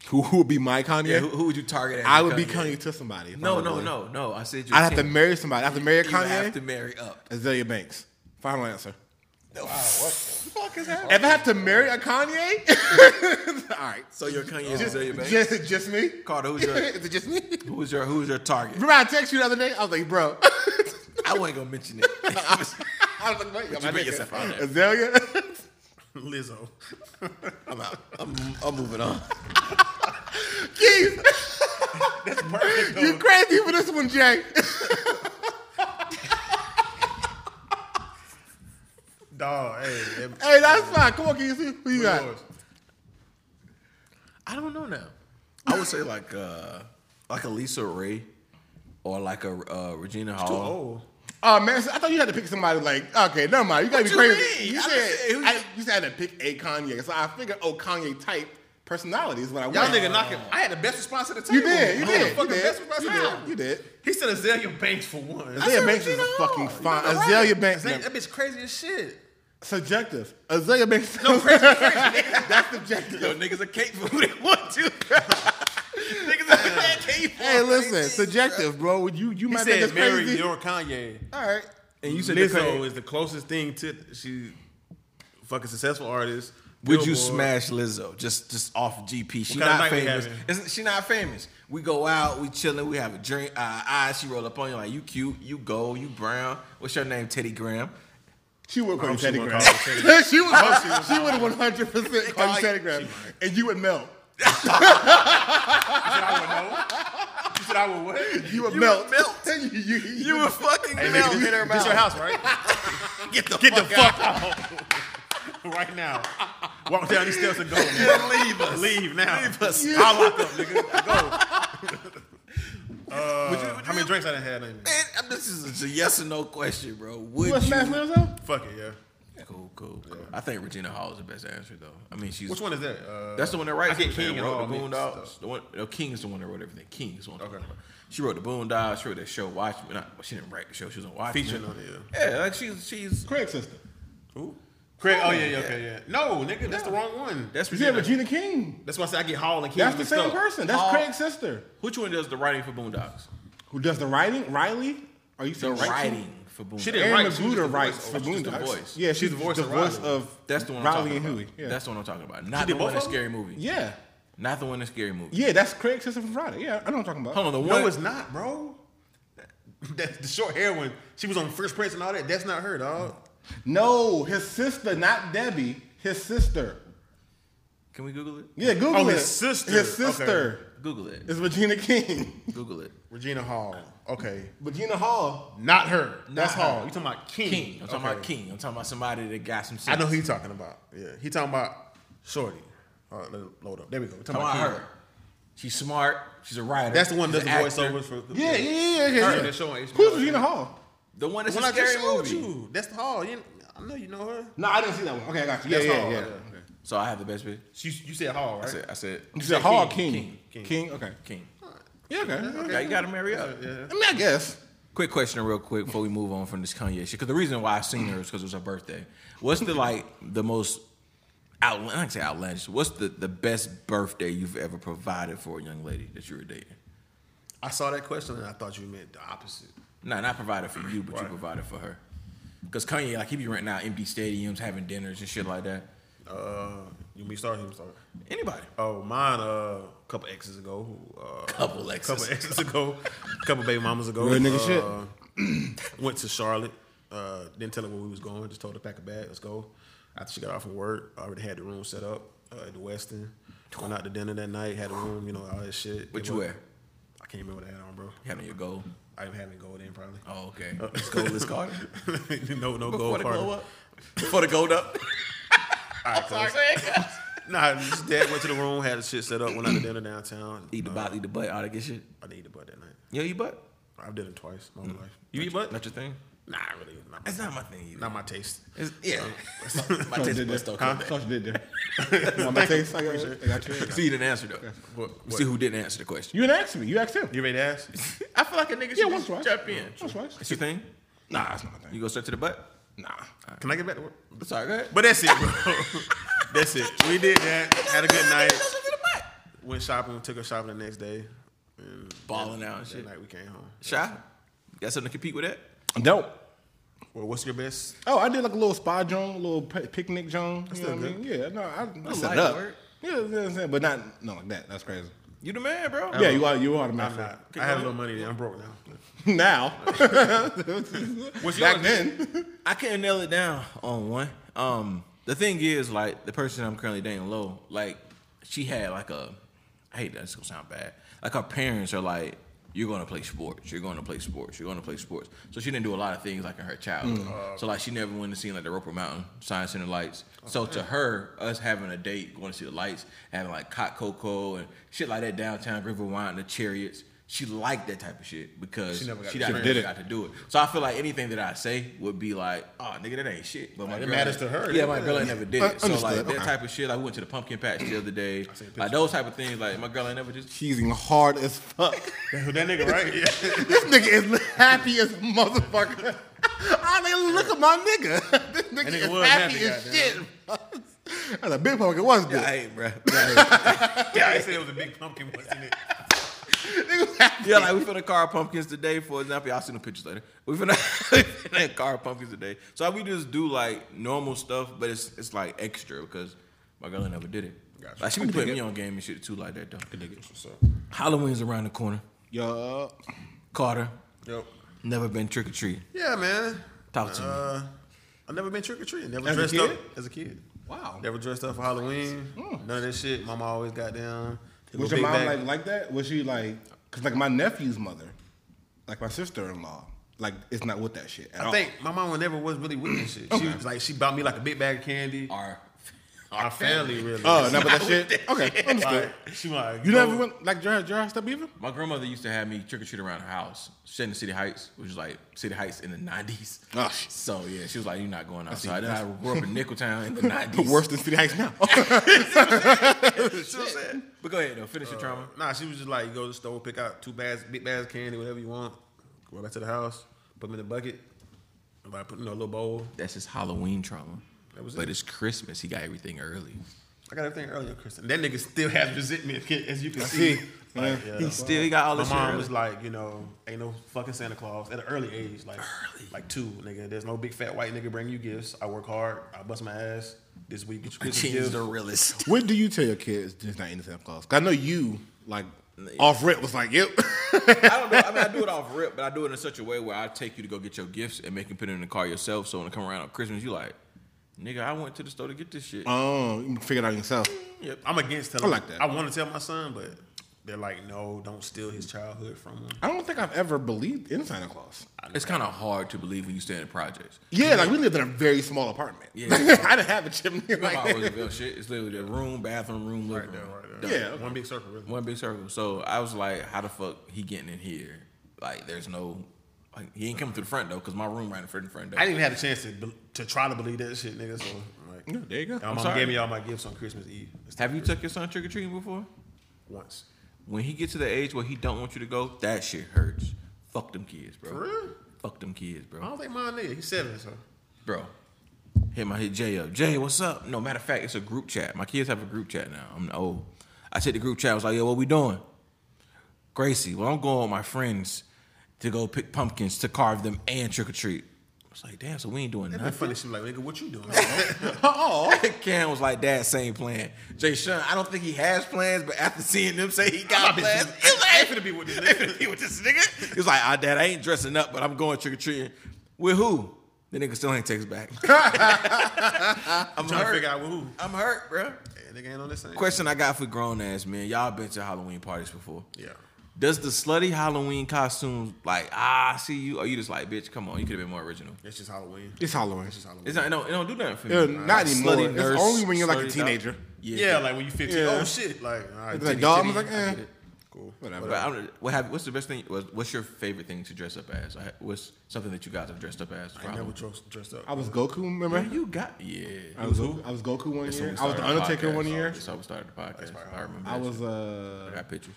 Who who would be my Kanye? Yeah, who, who would you target? As I your would be Kanye to somebody. if I No, were no, Billy. no, no. I said you. I'd have to can't. marry somebody. I'd have to marry a You have to Kanye. marry up. Azalea Banks. Final answer. Fuck is happening? If I have to marry a Kanye, [laughs] all right. So your Kanye is Azalea Banks. Just, just me. Carter, who's your [laughs] Is it just me? who's your who's your target? Remember I texted you the other day? I was like, bro. [laughs] I wasn't gonna mention [laughs] it. I was like, wait, I'm you not put taking yourself out it. there. [laughs] Azalea. [laughs] Lizzo. I'm out. I'm, I'm moving on. Keith. [laughs] you crazy for this one, Jay. Dog, hey. that- hey, that's fine. Come on, Keith. see Who you got? yours. I don't know now. I would say like uh like a Lisa Ray or like a uh, Regina Hall. Oh, Oh man, so I thought you had to pick somebody like okay, never mind. You gotta What be you crazy. mean? You I said said who- I, you said I had to pick a Kanye, so I figured oh Kanye type personality is what I Y'all want. nigga knocking. I had the best response at the time. You did, you I did, Had the you fucking did, best response you at the time. did, you did. He said Azalea Banks for one. Azalea Banks is a fucking fine. Azalea Banks, Azalea- That bitch crazy as shit. subjective. Azalea Banks, [laughs] that's subjective. Yo, niggas a cake for who they want [laughs] to. Uh, niggas a cake for Hey, listen, subjective, bro. You you He might think said that's marry crazy. your Kanye. All right, And you said Lizzo. Lizzo is the closest thing to she fucking successful artist. Would you Billboard. smash Lizzo just just off GP? She What kind of not night we famous. having? Isn't she not famous? We go out, we chilling, we have a drink. Uh, I she roll up on you like you cute, you gold, you brown. What's your name? Teddy Graham. she would call you hope she Teddy wouldn't Graham. call you Teddy. [laughs] She would, she would one hundred percent call you Teddy Graham, and you would melt. You said I would know. You said I would what? You would melt. [laughs] You- you- You were fucking Nigga, Graham. you- This your house, [laughs] right? Get the Get fuck, the fuck out. right now. Walk down these steps and go. man. leave us. Leave now. Leave us. [laughs] I'll lock up, nigga. Go. [laughs] Uh, how many drinks I done had? in me? Man, this is a yes or no question, bro. Would you you? would smash Lizzo? Fuck it, yeah. Cool, cool, cool. I think Regina Hall is the best answer, though. I mean, she's Which one is that? Uh, That's the one that writes. I get everything. King and wrote all the mixed Boondocks. up. The one, no, King is the one that wrote everything. King is the one. I'm Okay. talking about. She wrote the Boondocks. She wrote that show Watchmen. Not, well, she didn't write the show. She was on Watchmen. Featuring on it, Yeah, like she's she's. Craig's sister. Craig, oh yeah, yeah, okay, yeah. No, nigga, that's the wrong one. That's Yeah, Regina. Regina King. That's why I said I get Hall and King That's the mixed same up. person. That's Paul- Craig's sister. Which one does the writing for Boondocks? Who does the writing? Riley? Are you The saying writing for Boondocks. She didn't write. Aaron she was Magruder just the writes voice. for She was just the Boondocks. voice. Yeah, she's, She's the voice the of voice Riley. of That's the one. I'm Riley talking and about. Huey. Yeah. That's the one I'm talking about. Not did the one both in of them? Scary Movie. yeah, Not the one in Scary Movie. yeah. That's Craig's sister from Friday. Yeah, I know what I'm talking about. Hold on. The one. No, it's not, bro. That, the short hair one. She was on Fresh Prince and all that. That's not her, dog. No, his sister, not Debbie. His sister. Can we Google it? Yeah, Google Oh, it. his sister. His sister Google it. is Regina King. [laughs] Google it. Regina Hall. Okay, Regina Hall. not her. That's Not her. Hall. You talking about King? King. I'm talking about Okay. King. I'm talking about somebody that got some. Sense. I know who you talking about. Yeah, he talking about Shorty. All right, let it load up. There we go. We Talking Come about on, King. her. She's smart. She's a writer. That's the one that She's does the an actor. voiceovers for. Yeah, yeah, yeah. yeah, Her, yeah. that show on HBO. Who's Regina Hall? The one that's When a I scary just showed movie. you, that's the Hall. You, didn't- I know you know her. No, I didn't see that one. Okay, I got you. Yeah, That's yeah, Hall, yeah. okay. So I have the best bitch. She, you said Hall, I right? said, I said, You said Hall King, Oh, King. King, King, Okay. King. Yeah. Okay. okay. Yeah, you gotta marry up. I mean, I guess. Quick question, real quick, before we move on from this Kanye shit. Because the reason why I seen her is because it was her birthday. What's the like the most outland? I can say outlandish. What's the the best birthday you've ever provided for a young lady that you were dating? I saw that question and I thought you meant the opposite. No, not provided for you, but you Right. provided for her. Because Kanye, like, he be renting out empty stadiums, having dinners and shit like that. Uh, you mean start him start? Anybody. Oh, mine. Uh, a couple exes ago. Uh, Couple exes. Couple exes ago. A couple baby mamas ago. Real nigga uh, shit. [clears throat] Went to Charlotte. Uh, didn't tell her where we was going. Just told her pack a bag. Let's go. After she got off from work, I already had the room set up uh, at the Westin. Went out to dinner that night. Had a room. You know all that shit. What It you was- wear? I can't remember what I had on, bro. Having your goal. I didn't have any gold in probably. Oh, okay. Let's go. Let's [laughs] go. [laughs] no, no Before gold the part. glow up. Oh, Before the gold up. [laughs] Nah, his dad went to the room, had his shit set up, went out to dinner downtown. Eat the bot, eat the butt, all that good shit. I need to butt that night. You eat butt? I've done it twice my whole life. Mm. You eat butt? Not Not your thing? Nah, really. Not my, It's not my thing either. not my taste. It's, yeah. Oh, my [laughs] Saw what you taste did buds there. don't Huh? come back. Saw what you did [laughs] there. You want my taste? I got I got you. See, you didn't answer though. What- See who didn't answer the question. You didn't ask me. You asked him. You ready to ask? [laughs] I feel like a nigga Yeah, should once, just twice. jump in. Once, twice. It's your thing? Nah, it's not a thing. You go straight to the butt? Nah. Can I get back [laughs] to work? Sorry, go ahead. But that's it, bro. that's it. We did that. Had a good night. Went shopping. Took her shopping the next day. And [laughs] Balling out and that shit. night we came home. Shy? Got something to compete with that? Dope. Well, what's your best? Oh, I did like a little spa joint, a little pi- picnic joint. You know still what I mean? Yeah, no, I, I set light it up. work. Yeah, you know what I'm saying? but not no like that. That's crazy. You the man, bro. Yeah, you are you are the I'm man. not. I have a little money. Then. I'm broke now. Now, What's back yours? then, I couldn't nail it down on one. Um, the thing is, like the person I'm currently dating, low, like she had like a, I hate that. It's gonna sound bad. Like her parents are like, you're gonna play sports. You're gonna play sports. You're gonna play sports. So she didn't do a lot of things like in her childhood. Mm. Uh, so like she never went to see like the Roper Mountain Science Center lights. So to her, us having a date, going to see the lights, having like hot cocoa and shit like that downtown, River Wine, the Chariots. She liked that type of shit because she never got she to never did it. got to do it. So I feel like anything that I say would be like, oh, nigga, that ain't shit. But my Like, it girl- matters to her. Yeah, my girl ain't never did Uh, it. So like understood. that Okay. type of shit. Like we went to the pumpkin patch the other day. Like those type of things. Like my girl ain't never just. cheesing hard as fuck. [laughs] That nigga, right? Yeah. [laughs] this nigga is happy as motherfucker. I mean, look at my nigga. [laughs] This nigga, nigga is was happy, happy, as shit. [laughs] That's a big pumpkin, wasn't it? ain't, bro. [laughs] [laughs] yeah, I said it was a big pumpkin, wasn't it? yeah, like we finna carve pumpkins today. For example, y'all seen the pictures later. We finna, [laughs] we finna carve pumpkins today. So like, we just do like normal stuff, but it's it's like extra because my girl ain't never did it. Like she be putting me on game and shit too, like that though. Halloween's around the corner. Yup. Carter Yep. never been trick or treating. Yeah, man. Talk to me. Uh, I've never been trick or treating. Never As a dressed kid? up as a kid. Wow. Mm. Never dressed up for Halloween. None of that shit. Mama always got down. took Was a your big mom bag. like like that? Was she like? Cause like my nephew's mother, like my sister in law, like it's not with that shit at I all. think my mom never was really with that shit. She was like she bought me like a big bag of candy. Our Our family really. Oh, not with that shit. Okay, understood. Like, she like You go- never went like your your stuff either. My grandmother used to have me trick or treat around her house. She in the City Heights, which is like City Heights in the nineties. Oh, shit. So yeah, she was like, "You're not going outside." Then I grew up in Nickeltown [laughs] in the nineties. Worse than City [laughs] Heights now. [laughs] She was sad. But go ahead though, finish Uh, your trauma. Nah, she was just like, you go to the store, pick out two bags, big bags of candy, whatever you want. Go back to the house, put them in the bucket. Everybody put in a little bowl. That's his Halloween trauma. That was but it. it's Christmas. He got everything early. I got everything earlier, Kristen. That nigga still has resentment, as you can see. see. Like, Yeah. yeah. He still he got all My this. mom shit was early. like, you know, ain't no fucking Santa Claus at an early age, like like two, nigga. There's no big fat white nigga bringing you gifts. I work hard. I bust my ass this week. Get your Christmas Gene's gifts. the realest. What do you tell your kids? Just not into Santa Claus. 'Cause I know you like off rip was like yep. [laughs] [laughs] I don't know. I mean, I do it off rip, but I do it in such a way where I take you to go get your gifts and make you put it in the car yourself. So when it come around on Christmas, you like, nigga, I went to the store to get this shit. oh, you can figure it out yourself. Yep. I'm against telling. I like that. I want to tell my son, but they're like, no, don't steal his childhood from him. I don't think I've ever believed in Santa Claus. it's kind of hard to believe when you stand in projects. Yeah, like we lived in a very small apartment. Yeah. [laughs] I didn't have a chimney. Remember Like, how [laughs] Roosevelt shit? It's literally the room, bathroom, room, living room. yeah, One big circle, really. One big circle. So I was like, how the fuck he getting in here? Like, there's no, like, he ain't coming through the front door because my room right in front of the front door. I didn't even have a chance to be- to try to believe that shit, nigga. So like, Yeah, there you go. and My mom sorry. gave me all my gifts on Christmas Eve. It's Have you took your son trick or treating before? once. When he get to the age where he don't want you to go, that shit hurts. Fuck them kids, bro. For real? Fuck them kids, bro. I don't think mine did. He's seven, so. Bro. Hit my hit Jay up. Jay, what's up? No, matter of fact, it's a group chat. My kids have a group chat now. I'm old. I said the group chat, I was like, yo, what we doing? Gracie, well, I'm going with my friends to go pick pumpkins to carve them and trick or treat. I was like, damn, so we ain't doing That'd be nothing. funny. She was like, nigga, what you doing? [laughs] Like, Cam was like, Dad, same plan. Jay Sean, I don't think he has plans, but after seeing them say he got plans, he was like, to be with this nigga. he with this nigga. He was like, "Ah, Dad, I ain't dressing up, but I'm going trick or treating." With who? The nigga still ain't text [laughs] back. I'm Trying to hurt. figure out who. I'm hurt, bro. Yeah, nigga ain't on this thing. Question I got for grown ass men. Y'all been to Halloween parties before? Yeah. Does the slutty Halloween costume like ah I see you? Or you just like bitch? Come on, you could have been more original. It's just Halloween. it's Halloween. It's just Halloween. It's not. It don't, it don't do nothing for me. Yeah, not anymore. slutty It's only when you're like a slutty doc- teenager. Yeah. yeah, like when you 15. Yeah. Oh, shit. Like, all right. It's like titty, dog. I titty. was like, eh, Cool. But I don't, what have, what's the best thing? What's what's your favorite thing to dress up as? I- What's something that you guys have dressed up as? for I never Halloween? dressed, dressed up. I was Goku. Remember? You got yeah. I was I was Goku one That's year. when we I started was the Undertaker podcast. one year. That's how we started the podcast. I remember. I that was shit. I uh got pictures.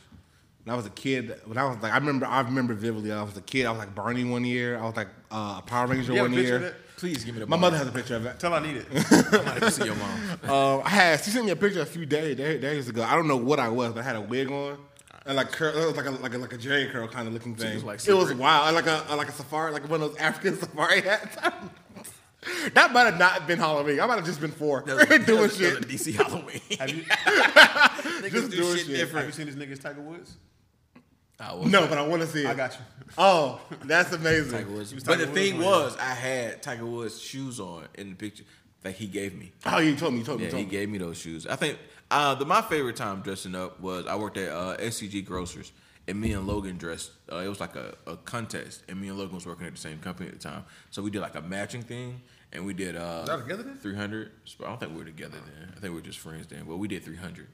When I was a kid, when I was like, I remember, I remember vividly. I was a kid. I was like Barney one year. I was like uh, a Power Ranger You have one a picture year. of that? Please give me the. My ball. mother has a picture of it. Tell her I need it. [laughs] I might have to see your mom. Um, I had she sent me a picture a few days day- days ago. I don't know what I was, but I had a wig on. And like curl, it was like a like a like a jerry curl kind of looking thing. was like it was secret. wild, I like a like a safari, like one of those African [laughs] safari hats. that might have not been Halloween. I might have just been four [laughs] That was- [laughs] [laughs] that doing was- that shit. was a DC [laughs] Halloween. Have you, Just doing shit. Have you seen this nigga's Tiger Woods? I was. No, but I want to see it. I got you. Oh, that's amazing. Tiger Woods. was But Tiger the Woods thing one, was, I had Tiger Woods shoes on in the picture that he gave me. Oh, you told me, you told me, Yeah, you told he me. gave me those shoes. I think uh, the my favorite time dressing up was I worked at uh, SCG Grocers, and me and Logan dressed. Uh, it was like a, a contest, and me and Logan was working at the same company at the time. So we did like a matching thing, and we did uh, Y'all together then? three hundred. I don't think we were together then. I think we were just friends then. But we did three hundred.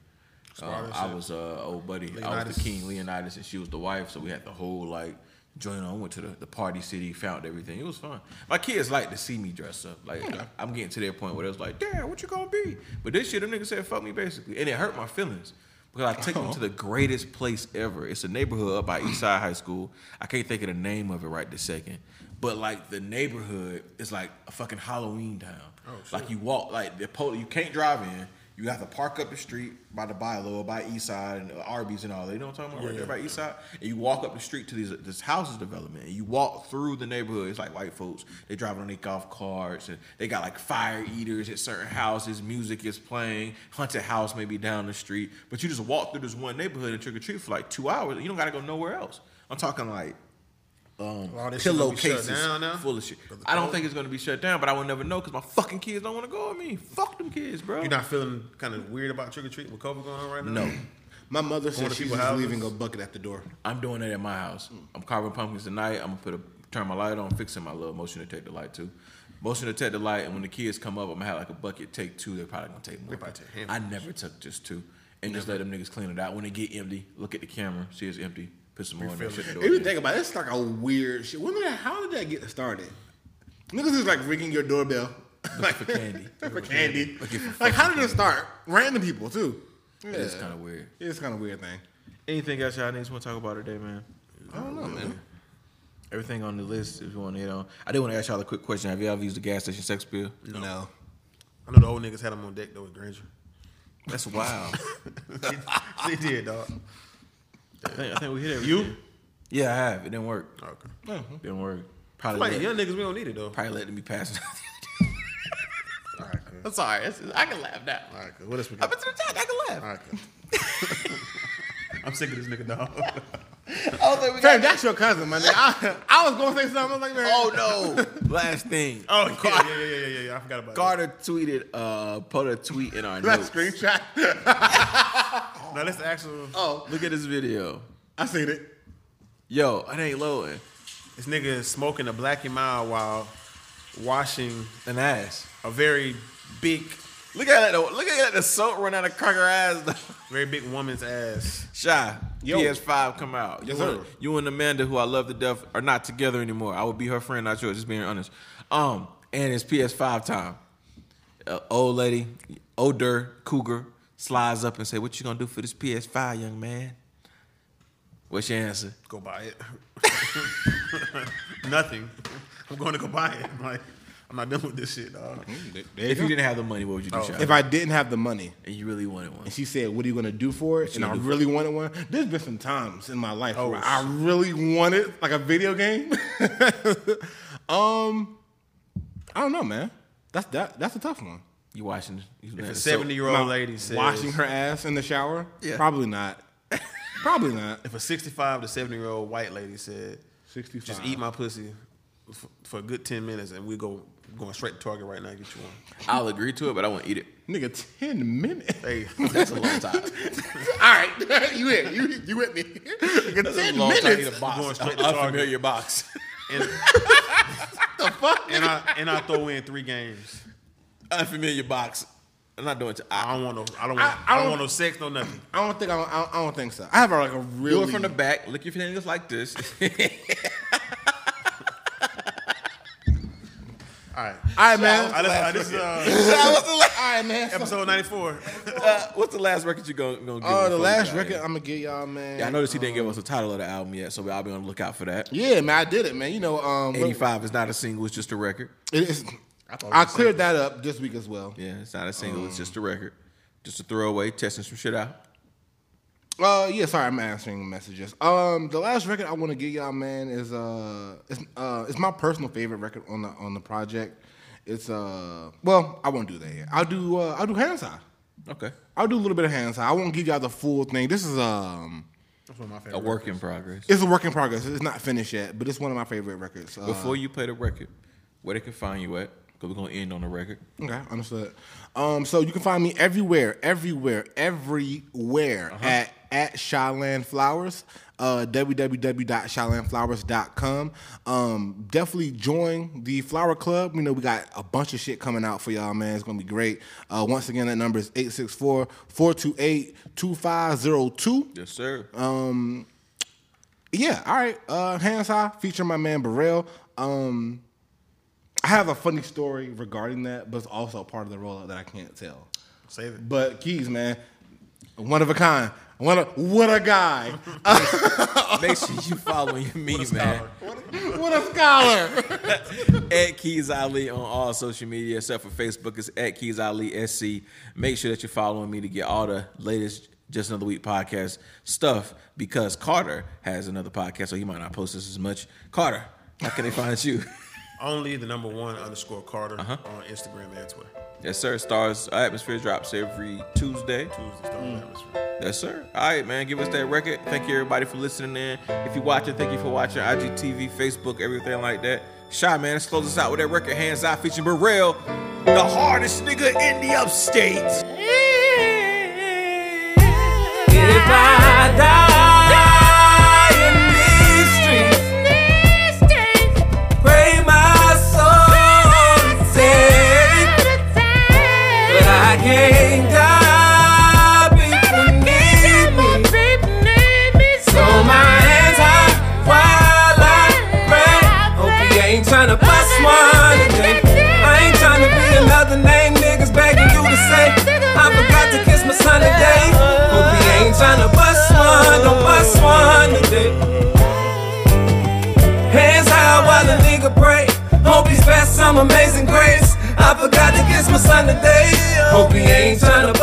Um, I was uh, old buddy. I was Leonidas. the king, Leonidas, and she was the wife. So we had the whole like joint on. Went to the, the party city, found everything. It was fun. My kids like to see me dress up. Like I, am getting to their point where it's like, damn, what you gonna be? But this shit, them niggas said, fuck me, basically, and it hurt my feelings. Because I took them to the greatest place ever. It's a neighborhood up by Eastside High School. I can't think of the name of it right this second. But like the neighborhood is like a fucking Halloween town. like you walk like the pole, you can't drive in. You have to park up the street by the bylaw, by Eastside and Arby's and all. that. You know what I'm talking about? right there by Eastside. And you walk up the street to these this houses development. And you walk through the neighborhood. It's like white folks. They driving on their golf carts and they got like fire eaters at certain houses. Music is playing. Haunted house maybe down the street. But you just walk through this one neighborhood and trick or treat for like two hours. You don't gotta go nowhere else. I'm talking like um, All this shit gonna be shut pillowcases down now? full of shit. I don't think it's gonna be shut down, but I will never know because my fucking kids don't want to go with me. Fuck them kids, bro. You're not feeling kind of weird about trick or treat with COVID going on right now? No, My mother Going said to she was people's just houses. leaving a bucket at the door. I'm doing that at my house. I'm carving pumpkins tonight. I'm gonna put a turn my light on, fixing my little motion detector light too. Motion detector light, and when the kids come up, I'm gonna have like a bucket. Take two. They're probably gonna take more. probably take hand I never took just two, and just let them niggas clean it out. When it get empty, look at the camera, see it's empty, put some more in there. shut the door If you again. think about it, it's like a weird shit. When did that, how did that get started? Niggas is like ringing your doorbell. [laughs] like for candy. for candy. Looking for Like how did it start? Random people too. It's kind of weird. It's kind of weird thing. Anything else y'all niggas want to talk about today, man? I don't know, man. Everything on the list, if you want to hit on. I did want to ask y'all a quick question. Have y'all ever used the gas station sex bill? No. I know the old niggas had them on deck though with Granger. [laughs] That's wild. they did, dog. I, think, I think we hit everything. You? [laughs] Yeah, I have. It didn't work. Okay. Mm-hmm. Didn't work. Probably Like let, young niggas, we don't need it though. probably let me pass. [laughs] All right, cool. I'm sorry. It's, I can laugh now. All right, cool. What else we I've got? been to the top. I can All laugh. right, cool. [laughs] I'm sick of this nigga, [laughs] dog. Fam, that's your cousin, man. I, I was gonna say something. I was like, man. Oh no! Last thing. oh yeah, yeah, yeah, yeah, yeah, yeah. I forgot about Carter tweeted, uh, put a tweet in our that notes. screenshot. that. Now that's the actual. Oh, Look at this video. I seen it. Yo, it ain't loading. This nigga is smoking a black and mild while washing An ass. a very big, Look at that. though. Look at that. The soap run out of cracker eyes. though. very big woman's ass. Shy. Yo. PS5 come out. Yes, you, sir. and, you and Amanda, who I love to death, are not together anymore. I would be her friend, not yours. Just being honest. Um, and it's PS5 time. Uh, old lady, older cougar slides up and say, "What you gonna do for this PS5, young man?" What's your answer? Go buy it. [laughs] Nothing. I'm going to go buy it. I'm like, I'm not done with this shit, dog. If you didn't have the money, what would you do, Shy? If I didn't have the money, and you really wanted one, and she said, "What are you gonna do for it?" and I really wanted one. There's been some times in my life Oh, where I really wanted like a video game. [laughs] um, I don't know, man. That's that. That's a tough one. you watching? You If letting a the 70 soap- year old Now, lady says, washing her ass in the shower. Yeah. Probably not. Probably not. if a 65 to 70 year old white lady said, 65. just eat my pussy for, for a good 10 minutes and we go going straight to Target right now and get you one. I'll agree to it, but I won't eat it. Nigga, ten minutes. Hey, [laughs] That's a long time. All right, you in? You you with me? [laughs] Nigga, [laughs] That's a ten long time to eat minutes. a box. Going straight An to Target. unfamiliar box. [laughs] and, and I and I throw in three games. unfamiliar box. I'm not doing it. to- I, I don't want no. I don't want. I- I, I don't, don't- want no sex. No nothing. I don't think I don't, I don't- I don't think so. I have like a really do it from the back. Lick your fingers like this. All right. All right, man. I, this is uh, [laughs] All right, man. [laughs] episode ninety four. uh, what's the last record you're gonna, gonna give? Oh, the us before we last got record here? I'm gonna give y'all, man. Yeah, I noticed he didn't give us the title of the album yet, so I'll be on the lookout for that. Yeah, man, I did it, man. You know, um, what- 85 is not a single; it's just a record. it is- thought I you said- cleared that up this week as well. Yeah, it's not a single; it's just a record. Just a throwaway, testing some shit out. Uh, yeah, sorry, I'm answering messages. Um, the last record I want to give y'all, man, is uh, it's uh, it's my personal favorite record on the on the project. It's uh, well, I won't do that yet. I'll do uh, I'll do hands high. Okay, I'll do a little bit of hands high. I won't give y'all the full thing. This is um, That's one of my a favorite. work in progress. it's a work in progress. It's not finished yet, but it's one of my favorite records. Uh, Before you play the record, where they can find you at? Because we're gonna end on the record. Okay, understood. Um, so you can find me everywhere, everywhere, everywhere Uh-huh. at at Shyland Flowers, uh, www.shylandflowers.com. Um, definitely join the Flower Club. You know, we got a bunch of shit coming out for y'all, man. It's going to be great. Uh, once again, that number is 864 428 2502. Yes, sir. Um, Yeah, all right. Uh, Hands High, featuring my man Burrell. Um, I have a funny story regarding that, but it's also part of the rollout that I can't tell. Save it. But Keys, man, one of a kind. What a, what a guy. Make sure you following me, man. what a scholar. at Keys Ali on all social media except for Facebook. It's at Keys Ali SC. Make sure that you're following me to get all the latest Just Another Week podcast stuff because Carter has another podcast, so he might not post this as much. Carter, how can they find you? Only the number one underscore Carter Uh-huh. on Instagram and Twitter. yes, sir. Stars Atmosphere drops every Tuesday. Tuesday, Star Wars Atmosphere. Yes, sir. All right, man. Give us that record. Thank you, everybody, for listening in. If you're watching, thank you for watching. IGTV, Facebook, everything like that. Shy, man. Let's close this out with that record. Hands out featuring Burrell, the hardest nigga in the upstate. If I die in these streets, pray my soul saved. But I can't die people need me. So my hands high while I pray. Hope you ain't tryna bust one today. I ain't tryna be another name, niggas begging you to say. I forgot to kiss my son today. Hope you ain't tryna bust one, don't bust one today. Hands high while a nigga pray. Hope he's fast some amazing grace. I forgot to kiss my son today. Hope he ain't tryna